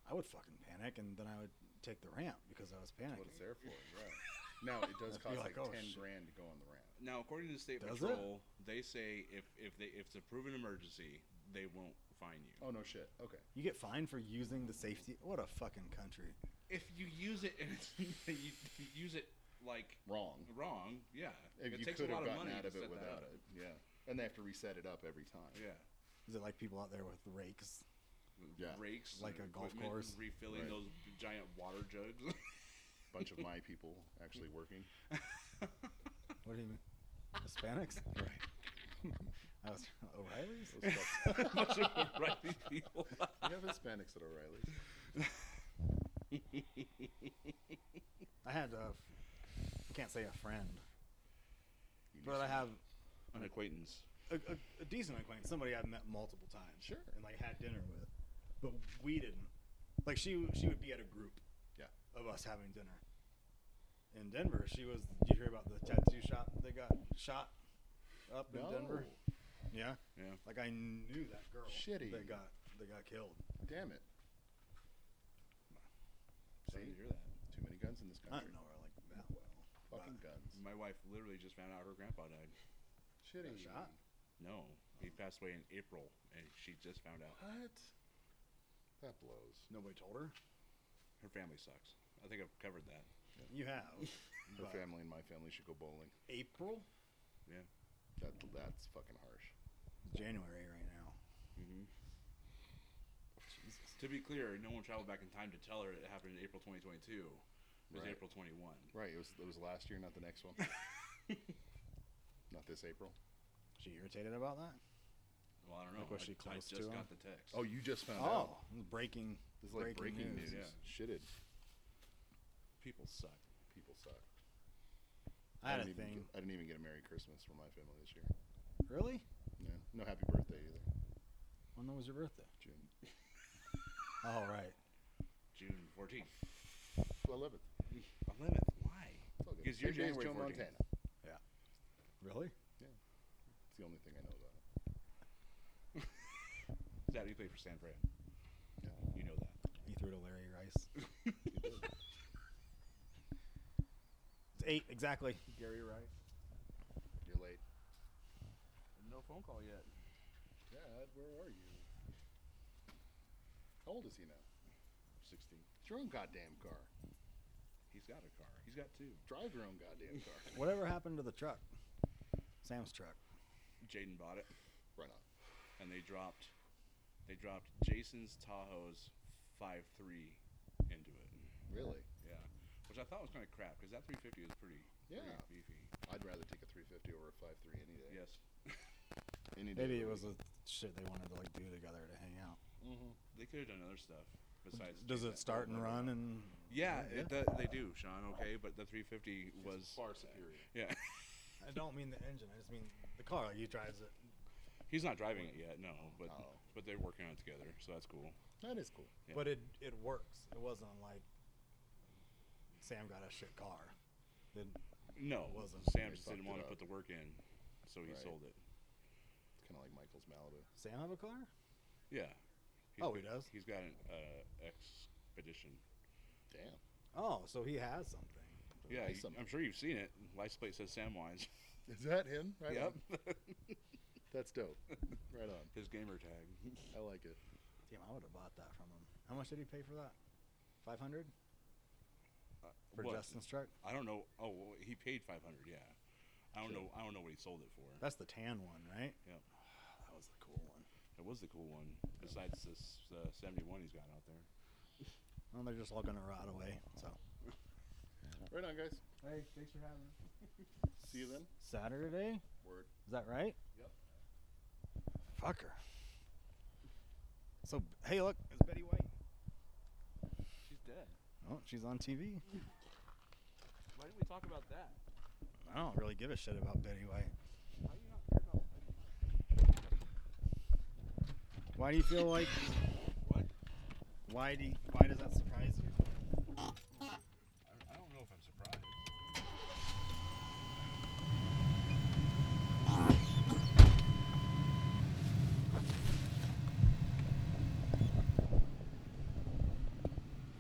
Speaker 1: I would fucking panic, and then I would take the ramp because I was
Speaker 3: That's what
Speaker 1: panicking.
Speaker 3: it's there for, right? now
Speaker 2: *laughs*
Speaker 3: it does
Speaker 1: I'd be
Speaker 3: cost
Speaker 1: like,
Speaker 3: like,
Speaker 1: "Oh,
Speaker 3: ten
Speaker 1: shit."
Speaker 3: grand to go on the ramp.
Speaker 2: Now, according to the state
Speaker 1: Does it?
Speaker 2: patrol, they say if if they if it's a proven emergency, they won't fine you.
Speaker 3: Oh no shit. Okay.
Speaker 1: You get fined for using the safety. What a fucking country.
Speaker 2: If you use it and it's, *laughs* you, you use it like
Speaker 3: Wrong.
Speaker 2: wrong, yeah,
Speaker 3: If
Speaker 2: it
Speaker 3: you
Speaker 2: takes
Speaker 3: could
Speaker 2: a
Speaker 3: have
Speaker 2: lot of
Speaker 3: gotten
Speaker 2: money
Speaker 3: out
Speaker 2: to
Speaker 3: of it
Speaker 2: set that
Speaker 3: without
Speaker 2: up.
Speaker 3: it. Yeah. And they have to reset it up every time.
Speaker 2: Yeah.
Speaker 1: Is it like people out there with rakes?
Speaker 3: Yeah.
Speaker 2: Rakes,
Speaker 1: Like a
Speaker 2: and
Speaker 1: golf
Speaker 2: equipment,
Speaker 1: course.
Speaker 2: refilling
Speaker 3: Right.
Speaker 2: those giant water jugs. *laughs*
Speaker 3: bunch of my people actually working.
Speaker 1: What do you mean? Hispanics?
Speaker 3: *laughs* Right.
Speaker 1: *laughs* I was O'Reilly's.
Speaker 3: Those fucks.
Speaker 2: bunch of O'Reilly people.
Speaker 3: we have Hispanics at O'Reilly's.
Speaker 1: I had a, I can't say a friend,
Speaker 3: You
Speaker 1: but
Speaker 3: need
Speaker 1: I have
Speaker 2: An acquaintance.
Speaker 1: a, a, a decent acquaintance, somebody I've met multiple times.
Speaker 3: Sure.
Speaker 1: And like had dinner with, but we didn't. Like she she would be at a group.
Speaker 3: Yeah.
Speaker 1: Of us having dinner. In Denver, she was. Did you hear about the tattoo shop that got shot up in
Speaker 3: No.
Speaker 1: Denver? Yeah.
Speaker 2: Yeah.
Speaker 1: Like I knew that girl.
Speaker 3: Shitty.
Speaker 1: That got that got killed.
Speaker 3: some- Damn it.
Speaker 2: Sorry to
Speaker 3: See?
Speaker 2: hear that.
Speaker 3: Too many guns in this
Speaker 1: I
Speaker 3: country.
Speaker 1: don't know her like that well.
Speaker 3: Fucking guns.
Speaker 2: My wife literally just found out her grandpa died.
Speaker 3: Shitty.
Speaker 1: shot?
Speaker 2: No, he passed away in April, and she just found out.
Speaker 3: What? That blows.
Speaker 1: Nobody told her.
Speaker 2: Her family sucks. I think I've covered that.
Speaker 1: You have. *laughs*
Speaker 3: Her
Speaker 1: but
Speaker 3: family and my family should go bowling.
Speaker 1: April.
Speaker 2: Yeah.
Speaker 3: That that's fucking harsh.
Speaker 1: January right now.
Speaker 3: Mm-hmm.
Speaker 2: hmm To be clear, no one traveled back in time to tell her it happened in April 2022. It was
Speaker 3: Right.
Speaker 2: April 21.
Speaker 3: Right. It was it was last year, not the next *laughs* one. not this April.
Speaker 1: She irritated about that.
Speaker 2: Well, I don't know.
Speaker 1: Like, was she
Speaker 2: I, I
Speaker 1: close to
Speaker 2: just got
Speaker 1: him?
Speaker 2: the text.
Speaker 3: Oh, you just found
Speaker 1: Oh,
Speaker 3: out.
Speaker 1: breaking.
Speaker 3: This is like breaking, news.
Speaker 2: news.
Speaker 3: Shitted.
Speaker 2: people suck.
Speaker 3: People suck.
Speaker 1: I had a
Speaker 3: didn't even
Speaker 1: thing.
Speaker 3: get- I didn't even get a Merry Christmas from my family this year.
Speaker 1: Really?
Speaker 3: Yeah. No happy birthday either.
Speaker 1: When was your birthday?
Speaker 3: June
Speaker 1: Oh, right.
Speaker 2: June 14th.
Speaker 3: 11th.
Speaker 2: 11th. Why?
Speaker 3: It's all good.
Speaker 2: Because you're
Speaker 3: Same day as
Speaker 2: January
Speaker 3: Joe
Speaker 2: 14th.
Speaker 3: Montana.
Speaker 1: Really?
Speaker 3: It's the only thing I know about him.
Speaker 2: Is that who you play for San Fran?
Speaker 3: Yeah.
Speaker 2: You know that.
Speaker 1: You threw to Larry Rice. It's eight exactly.
Speaker 3: Gary Rice. You're late.
Speaker 2: No phone call yet.
Speaker 3: Dad, where are you? How old is he now?
Speaker 2: 16.
Speaker 3: It's your own goddamn car.
Speaker 2: He's got a car. He's got two.
Speaker 3: Drive your own goddamn *laughs* car.
Speaker 1: Whatever happened to the truck? Sam's truck.
Speaker 2: Jaden bought it,
Speaker 3: Why not?
Speaker 2: and they dropped, they dropped Jason's Tahoe's 5.3 into it.
Speaker 3: Mm. Really?
Speaker 2: Yeah, which I thought was kind of crap because that 350 is pretty, pretty
Speaker 3: Yeah.
Speaker 2: beefy.
Speaker 3: I'd rather take a 350 over a 53 any day.
Speaker 2: Yes,
Speaker 3: Any day.
Speaker 1: Maybe it was the shit they wanted to like do together to hang out.
Speaker 3: Mm-hmm.
Speaker 2: they could have done other stuff besides.
Speaker 1: Does
Speaker 2: take
Speaker 1: it
Speaker 2: that
Speaker 1: start and
Speaker 2: Dover road.
Speaker 1: run and?
Speaker 2: Yeah,
Speaker 1: Yeah.
Speaker 2: It, that, they do, Sean. Okay, but the 350 was
Speaker 3: far superior.
Speaker 2: Yeah,
Speaker 1: I don't mean the engine. I just mean the car. Like he drives it.
Speaker 2: he's not driving it yet. No, but
Speaker 3: Oh.
Speaker 2: but they're working on it together, so that's cool.
Speaker 3: That is cool.
Speaker 2: Yeah.
Speaker 1: But it it works. It wasn't like Sam got a shit car. It,
Speaker 2: No,
Speaker 1: Wasn't.
Speaker 2: Sam
Speaker 3: They
Speaker 2: just
Speaker 3: fucked it
Speaker 2: didn't want to
Speaker 3: up.
Speaker 2: put the work in, so he
Speaker 3: Right.
Speaker 2: sold it.
Speaker 3: It's kind of like Michael's Malibu.
Speaker 1: Sam have a car?
Speaker 2: Yeah.
Speaker 1: Oh, he does?
Speaker 2: He's got an uh, expedition.
Speaker 3: Damn.
Speaker 1: Oh, so he has something.
Speaker 2: Yeah,
Speaker 3: Nice
Speaker 2: you-
Speaker 3: something.
Speaker 2: I'm sure you've seen it. License plate says Samwise.
Speaker 3: *laughs* Is that him? Right
Speaker 2: yep,
Speaker 3: on. That's *laughs* dope. right on.
Speaker 2: his gamer tag.
Speaker 3: I like it.
Speaker 1: Damn, I would have bought that from him. How much did he pay for that? Five hundred for
Speaker 2: What?
Speaker 1: Justin's truck.
Speaker 2: I don't know. Oh, well, he paid 500. Yeah, I don't know. I don't know what he sold it for.
Speaker 1: That's the tan one, right?
Speaker 2: Yep.
Speaker 1: *sighs* That was the cool one.
Speaker 2: That was the cool one. Besides this uh, 71 he's got out there.
Speaker 1: Well, they're just all gonna rot away. So
Speaker 3: Right on, guys.
Speaker 2: Hey, thanks for having me.
Speaker 3: See you then.
Speaker 1: Saturday,
Speaker 3: Word.
Speaker 1: is that right?
Speaker 3: Yep.
Speaker 1: Fucker. So hey, look, it's Betty White.
Speaker 2: She's dead.
Speaker 1: Oh, she's on TV.
Speaker 2: Why didn't we talk about that?
Speaker 1: I don't really give a shit about Betty White.
Speaker 2: How do you not care about
Speaker 1: Why do you feel like?
Speaker 2: What?
Speaker 1: Why do? You, why does that surprise you?
Speaker 2: I, I don't know if I'm surprised.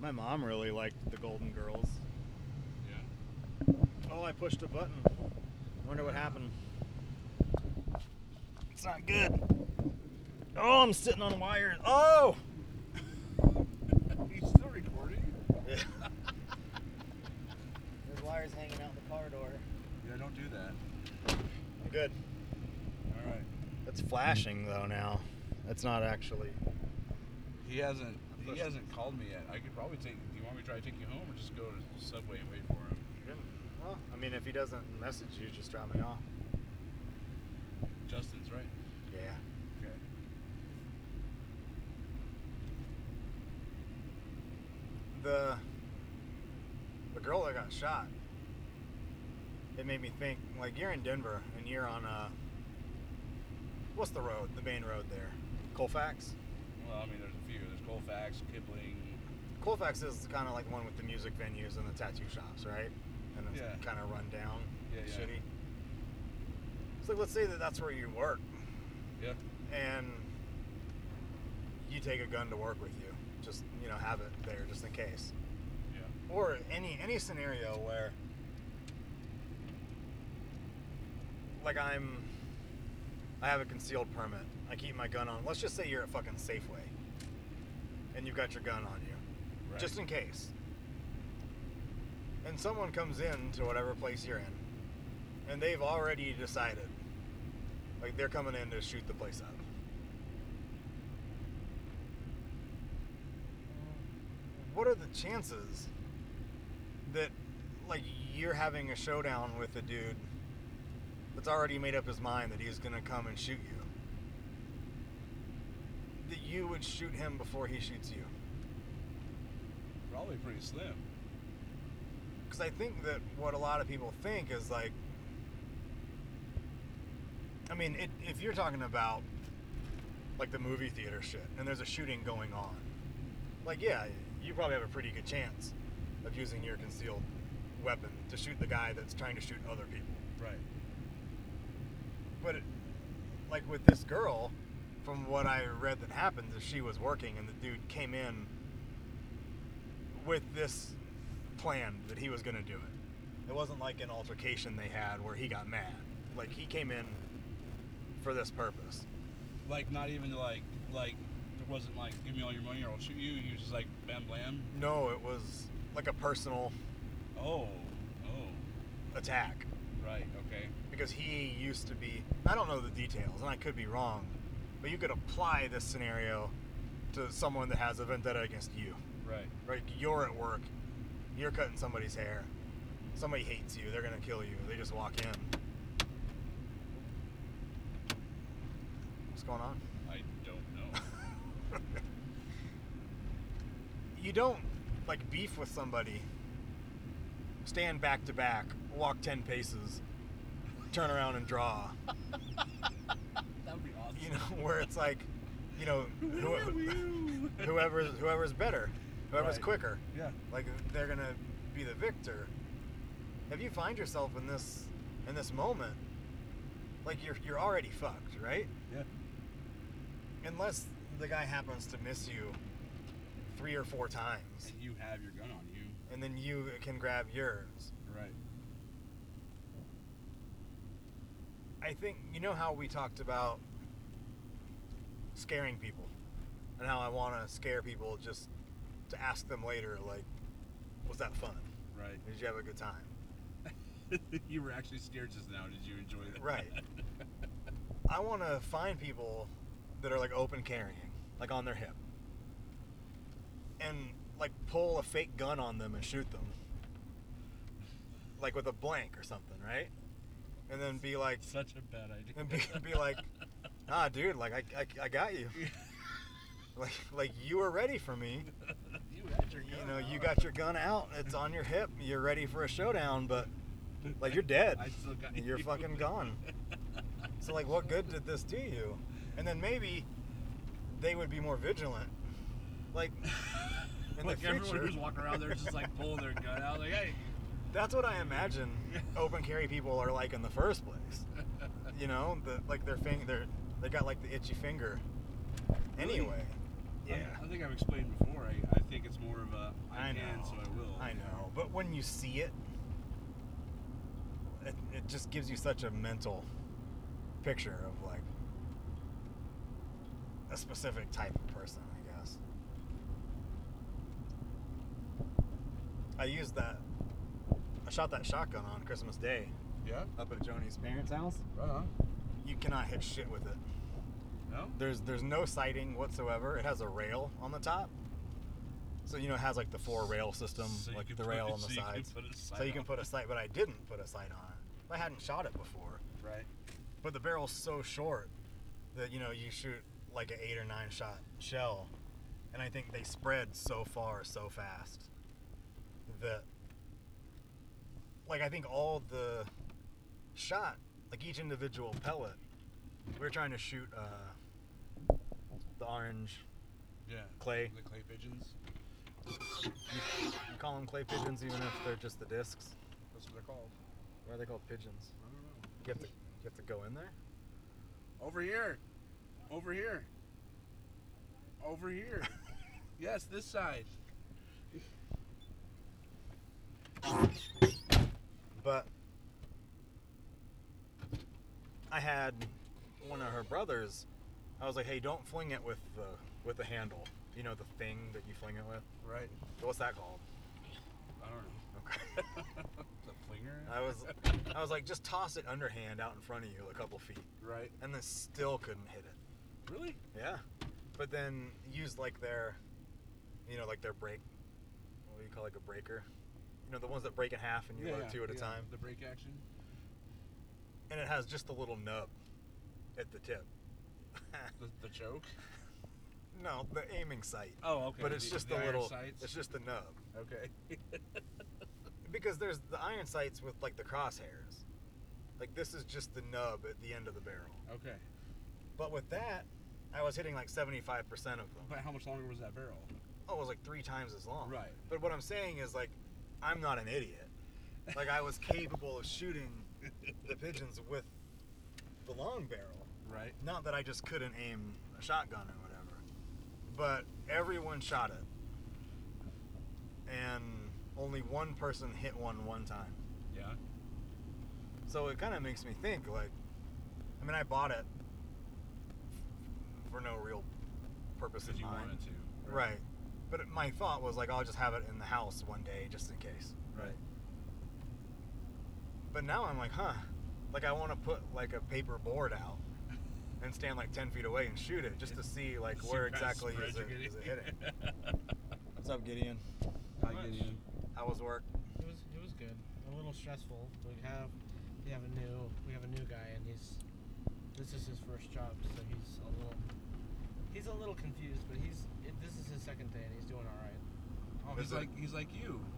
Speaker 1: My mom really liked the Golden Girls.
Speaker 2: Yeah.
Speaker 1: Oh, I pushed a button. Wonder what happened. It's not good. Oh, I'm sitting on wires. Oh.
Speaker 2: He's still recording.
Speaker 1: There's wires hanging out the car door.
Speaker 2: Yeah, don't do that.
Speaker 1: I'm good.
Speaker 2: All right.
Speaker 1: It's flashing though now. It's not actually.
Speaker 2: He hasn't. He hasn't called me yet. I could probably take. Do you want me to try to take you home, or just go to Subway and wait for him?
Speaker 1: Well, I mean, if he doesn't message you, just drop me off.
Speaker 2: Justin's right.
Speaker 1: Yeah.
Speaker 2: Okay.
Speaker 1: The the girl that got shot. It made me think. Like you're in Denver and you're on uh, what's the road? The main road there, Colfax.
Speaker 2: Well, I mean, there's a few. There's Colfax, Kipling.
Speaker 1: Colfax is kind of like the one with the music venues and the tattoo shops, right? And it's
Speaker 2: Yeah.
Speaker 1: kind of run down,
Speaker 2: Yeah, yeah.
Speaker 1: shitty. It's like let's say that that's where you work,
Speaker 2: Yeah.
Speaker 1: and you take a gun to work with you, just you know have it there just in case,
Speaker 2: Yeah.
Speaker 1: or any any scenario where like I'm I have a concealed permit, I keep my gun on. Let's just say you're at fucking Safeway, and you've got your gun on you
Speaker 2: Right.
Speaker 1: just in case. And someone comes in to whatever place you're in, and they've already decided, like they're coming in to shoot the place up. What are the chances that, like, you're having a showdown with a dude that's already made up his mind that he's gonna come and shoot you? That you would shoot him before he shoots you?
Speaker 2: Probably pretty slim.
Speaker 1: because I think that what a lot of people think is like, I mean, it, if you're talking about like the movie theater shit, and there's a shooting going on, like yeah, you probably have a pretty good chance of using your concealed weapon to shoot the guy that's trying to shoot other people.
Speaker 2: Right.
Speaker 1: But it, like with this girl, from what I read that happened, is she was working and the dude came in with this plan that he was gonna do it. It wasn't like an altercation they had where he got mad. Like he came in for this purpose.
Speaker 2: Like not even like like it wasn't like give me all your money or I'll shoot you. He was just like bam blam.
Speaker 1: No, it was like a personal
Speaker 2: Oh, oh,
Speaker 1: attack
Speaker 2: right, okay.
Speaker 1: because he used to be. I don't know the details, and I could be wrong, but you could apply this scenario to someone that has a vendetta against you.
Speaker 2: Right.
Speaker 1: Right? You're at work, you're cutting somebody's hair, somebody hates you, they're gonna kill you. They just walk in. What's going on? *laughs*
Speaker 2: I don't know.
Speaker 1: you don't like beef with somebody, stand back to back, walk 10 paces, turn around and draw.
Speaker 2: that would be awesome.
Speaker 1: You know, where it's like, you know, *laughs*
Speaker 2: *laughs*
Speaker 1: who, whoever's, whoever's better, whoever's
Speaker 2: Right.
Speaker 1: quicker,
Speaker 2: Yeah.
Speaker 1: like they're going to be the victor. If you find yourself in this in this moment, like you're you're already fucked, right?
Speaker 2: Yeah.
Speaker 1: Unless the guy happens to miss you 3 or 4 times.
Speaker 2: And you have your gun on you.
Speaker 1: and then you can grab yours.
Speaker 2: Right.
Speaker 1: I think you know how we talked about scaring people and how I want to scare people just to ask them later like was that fun?
Speaker 2: Right.
Speaker 1: Did you have a good time?
Speaker 2: *laughs* you were actually scared just now. Did you enjoy that?
Speaker 1: Right. I want to find people that are like open carrying, like on their hip. And like pull a fake gun on them and shoot them. Like with a blank or something, right? And then be like
Speaker 2: *laughs* Such a bad idea.
Speaker 1: and be, be like, ah, dude, like I, I, I got you. Like, like you were ready for me.
Speaker 2: *laughs* you had your
Speaker 1: You
Speaker 2: gun
Speaker 1: know, you
Speaker 2: out.
Speaker 1: got your gun out. It's on your hip. You're ready for a showdown, but like
Speaker 2: *laughs*
Speaker 1: you're dead.
Speaker 2: I still got
Speaker 1: You're
Speaker 2: you.
Speaker 1: fucking gone. So like, what good did this do you? And then maybe they would be more vigilant.
Speaker 2: *laughs*
Speaker 1: Like, in
Speaker 2: like
Speaker 1: the
Speaker 2: everyone
Speaker 1: future,
Speaker 2: who's walking around there just like pulling their gun out, like, hey,
Speaker 1: *laughs* that's what I imagine open carry people are like in the first place. You know, the, like their finger, they're, they got like the itchy finger.
Speaker 2: Really?
Speaker 1: Anyway,
Speaker 2: I- I, think I've explained before. I, I think it's more of a I,
Speaker 1: I
Speaker 2: can,
Speaker 1: know.
Speaker 2: so I will.
Speaker 1: I know, but when you see it, it, it just gives you such a mental picture of like a specific type of person, I guess. I used that. I shot that shotgun on Christmas Day
Speaker 2: Yeah.
Speaker 1: up at Joni's parents' house.
Speaker 2: Right on.
Speaker 1: You cannot hit shit with it.
Speaker 2: No.
Speaker 1: There's there's no sighting whatsoever. It has a rail on the top. So you know it has like the four rail system,
Speaker 2: So you
Speaker 1: like
Speaker 2: can
Speaker 1: the
Speaker 2: put-
Speaker 1: rail on
Speaker 2: so
Speaker 1: the
Speaker 2: you can
Speaker 1: sides.
Speaker 2: put a
Speaker 1: so
Speaker 2: sight
Speaker 1: you can
Speaker 2: on
Speaker 1: put a sight, but I didn't put a sight on it. I hadn't shot it before.
Speaker 2: Right.
Speaker 1: But the barrel's so short that you know you shoot like an eight or nine shot shell, and I think they spread so far so fast that like I think all the shot, like each individual pellet, we were trying to shoot uh, the orange
Speaker 2: Yeah.
Speaker 1: clay.
Speaker 2: The clay pigeons.
Speaker 1: You call them clay pigeons even if they're just the discs.
Speaker 2: That's what they're called.
Speaker 1: Why are they called pigeons?
Speaker 2: I don't know.
Speaker 1: You have to you have to go in there.
Speaker 2: Over here. Over here. Over *laughs* here. yes, this side.
Speaker 1: but I had one of her brothers. I was like, "Hey, don't fling it with the with the handle. You know the thing that you fling it with.
Speaker 2: Right.
Speaker 1: What's that called?"
Speaker 2: I don't know.
Speaker 1: Okay. *laughs*
Speaker 2: the flinger.
Speaker 1: I was I was like, "Just toss it underhand out in front of you, a couple feet,"
Speaker 2: right.
Speaker 1: and then still couldn't hit it.
Speaker 2: Really?
Speaker 1: Yeah, but then used like their, you know, like their break. What do you call like a breaker? You know the ones that break in half and you load two at a
Speaker 2: yeah,
Speaker 1: time.
Speaker 2: The brake action.
Speaker 1: and it has just a little nub at the tip. *laughs*
Speaker 2: The, the *laughs* choke.
Speaker 1: no, the aiming sight.
Speaker 2: Oh, okay.
Speaker 1: But it's
Speaker 2: the-
Speaker 1: just
Speaker 2: the
Speaker 1: a
Speaker 2: iron
Speaker 1: little. *laughs*
Speaker 2: sights.
Speaker 1: It's just a nub
Speaker 2: okay.
Speaker 1: because there's the iron sights with like the crosshairs. Like this is just the nub at the end of the barrel.
Speaker 2: Okay.
Speaker 1: But with that, I was hitting like 75% of them.
Speaker 2: *laughs* But how much longer was that barrel?
Speaker 1: Oh, it was like three times as long.
Speaker 2: Right.
Speaker 1: But what I'm saying is like, I'm not an idiot. Like I was capable of shooting the pigeons with the long barrel.
Speaker 2: Right.
Speaker 1: Not that I just couldn't aim a shotgun or whatever, but everyone shot it, and only one person hit one one time.
Speaker 2: Yeah.
Speaker 1: So it kind of makes me think, like, I mean, I bought it for no real purpose in
Speaker 2: Because you
Speaker 1: mind.
Speaker 2: wanted to.
Speaker 1: Right. But my thought was like I'll just have it in the house one day just in case.
Speaker 2: Right.
Speaker 1: But now I'm like, huh. Like I want to put like a paper board out and stand like 10 feet away and shoot it just to see like where exactly is it, is it
Speaker 2: *laughs*
Speaker 1: hitting. What's up, Gideon?
Speaker 5: Not much. Gideon.
Speaker 1: How was work?
Speaker 5: It was it was good. A little stressful. We have we have a new we have a new guy and he's this is his first job, so he's a little he's a little confused, but he's it, this is his second day and he's doing all right.
Speaker 2: Oh,
Speaker 1: Is
Speaker 2: he's
Speaker 1: it-
Speaker 2: like he's like
Speaker 1: *laughs*
Speaker 2: you. *laughs*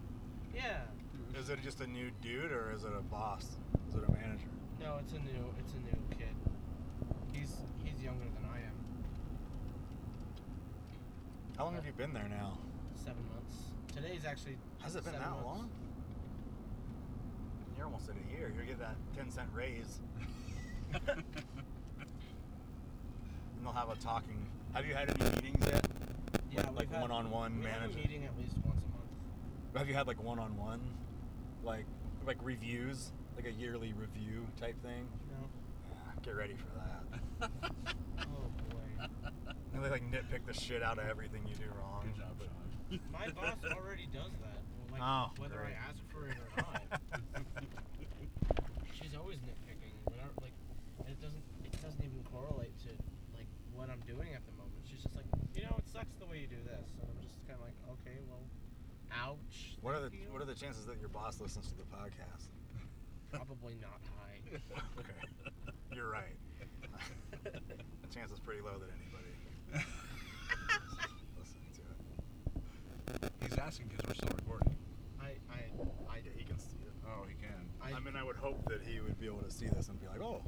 Speaker 5: Yeah.
Speaker 1: Is it just a new dude or is it a boss? Is it a manager?
Speaker 5: No, it's a new it's a new kid. He's he's younger than I am.
Speaker 1: How long have you been there now?
Speaker 5: Seven months. Today's actually
Speaker 1: Has it been
Speaker 5: seven
Speaker 1: that
Speaker 5: months.
Speaker 1: long? You're almost at a year. You're gonna get that 10 cent raise and they'll have a talking. Have you had any meetings yet?
Speaker 5: Yeah,
Speaker 1: Like- like
Speaker 5: we've had-
Speaker 1: one-on-one
Speaker 5: we have a
Speaker 1: manager.
Speaker 5: meeting at least once a month.
Speaker 1: Have you had like one on one, like like reviews, like a yearly review type thing?
Speaker 5: No.
Speaker 1: Ah, Get ready for that.
Speaker 5: Oh boy.
Speaker 1: And they like nitpick the shit out of everything you do wrong.
Speaker 2: Good job, Sean.
Speaker 5: My boss already does that. Like,
Speaker 1: Oh,
Speaker 5: whether
Speaker 1: great.
Speaker 5: I ask for it or
Speaker 1: *laughs*
Speaker 5: not, she's always nitpicking. Whatever, like, and it doesn't it doesn't even correlate to like what I'm doing at the moment. She's just like, you know, it sucks the way you do this, and I'm just kind of like, okay, well, ouch.
Speaker 1: *laughs* What are the
Speaker 5: thank you.
Speaker 1: what are the chances that your boss listens to the podcast?
Speaker 5: probably not
Speaker 1: *laughs*
Speaker 5: high?
Speaker 1: Okay, you're right. the chance is pretty low that anybody *laughs* listening to it.
Speaker 2: *laughs* he's asking because we're still recording.
Speaker 5: I I I
Speaker 1: Yeah, he can see it.
Speaker 2: Oh, he can. *laughs*
Speaker 5: I.
Speaker 1: I mean, I would hope that he would be able to see this and be like, oh,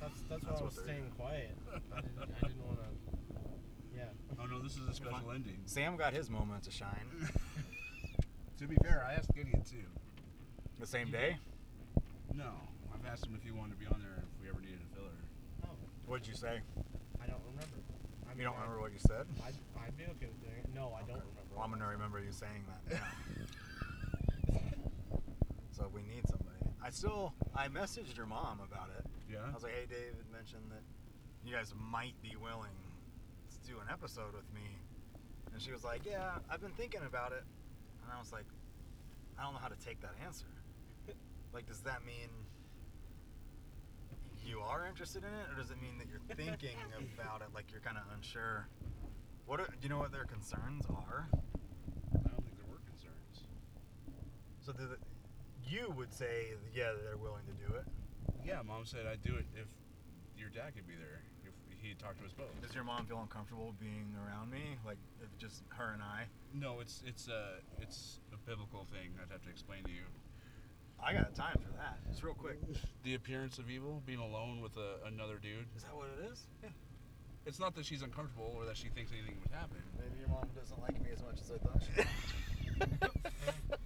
Speaker 5: that's that's
Speaker 1: *laughs* that's
Speaker 5: why I
Speaker 1: what
Speaker 5: was
Speaker 1: they're-
Speaker 5: staying quiet. I didn't, I didn't want to. Yeah.
Speaker 2: Oh no, this is a special ending. *laughs*
Speaker 1: Sam got his moment to shine
Speaker 2: to be fair, I asked Gideon too.
Speaker 1: the same day.
Speaker 2: No, I've asked him if he wanted to be on there if we ever needed a filler.
Speaker 5: Oh,
Speaker 1: What'd you say?
Speaker 5: I don't remember. I
Speaker 1: You don't
Speaker 5: I-
Speaker 1: remember what you said?
Speaker 5: I'd, I'd be okay with doing it. No, I don't
Speaker 1: Okay.
Speaker 5: remember.
Speaker 1: Well, I'm gonna remember you saying that. Now.
Speaker 5: *laughs*
Speaker 1: so we need somebody. I still I messaged your mom about it.
Speaker 2: Yeah.
Speaker 1: I was like, hey, David mentioned that you guys might be willing to do an episode with me, and she was like, yeah, I've been thinking about it, and I was like, I don't know how to take that *laughs* answer. Like, does that mean you are interested in it, or does it mean that *laughs* you're thinking about it, like you're kind of unsure? What are, do you know what their concerns are?
Speaker 2: I don't think there were concerns.
Speaker 1: So the, you would say, yeah, they're willing to do it.
Speaker 2: Yeah, mom said I'd do it if your dad could be there. If he talked to us both.
Speaker 1: Does your mom feel uncomfortable being around me, like if just her and I?
Speaker 2: No, it's it's a it's a biblical thing. I'd have to explain to you.
Speaker 1: I got time for that. It's real quick.
Speaker 2: The appearance of evil, being alone with a, another dude.
Speaker 1: Is that what it is? Yeah.
Speaker 2: It's not that she's uncomfortable or that she thinks anything would happen.
Speaker 1: Maybe your mom doesn't like me as much as I thought she did.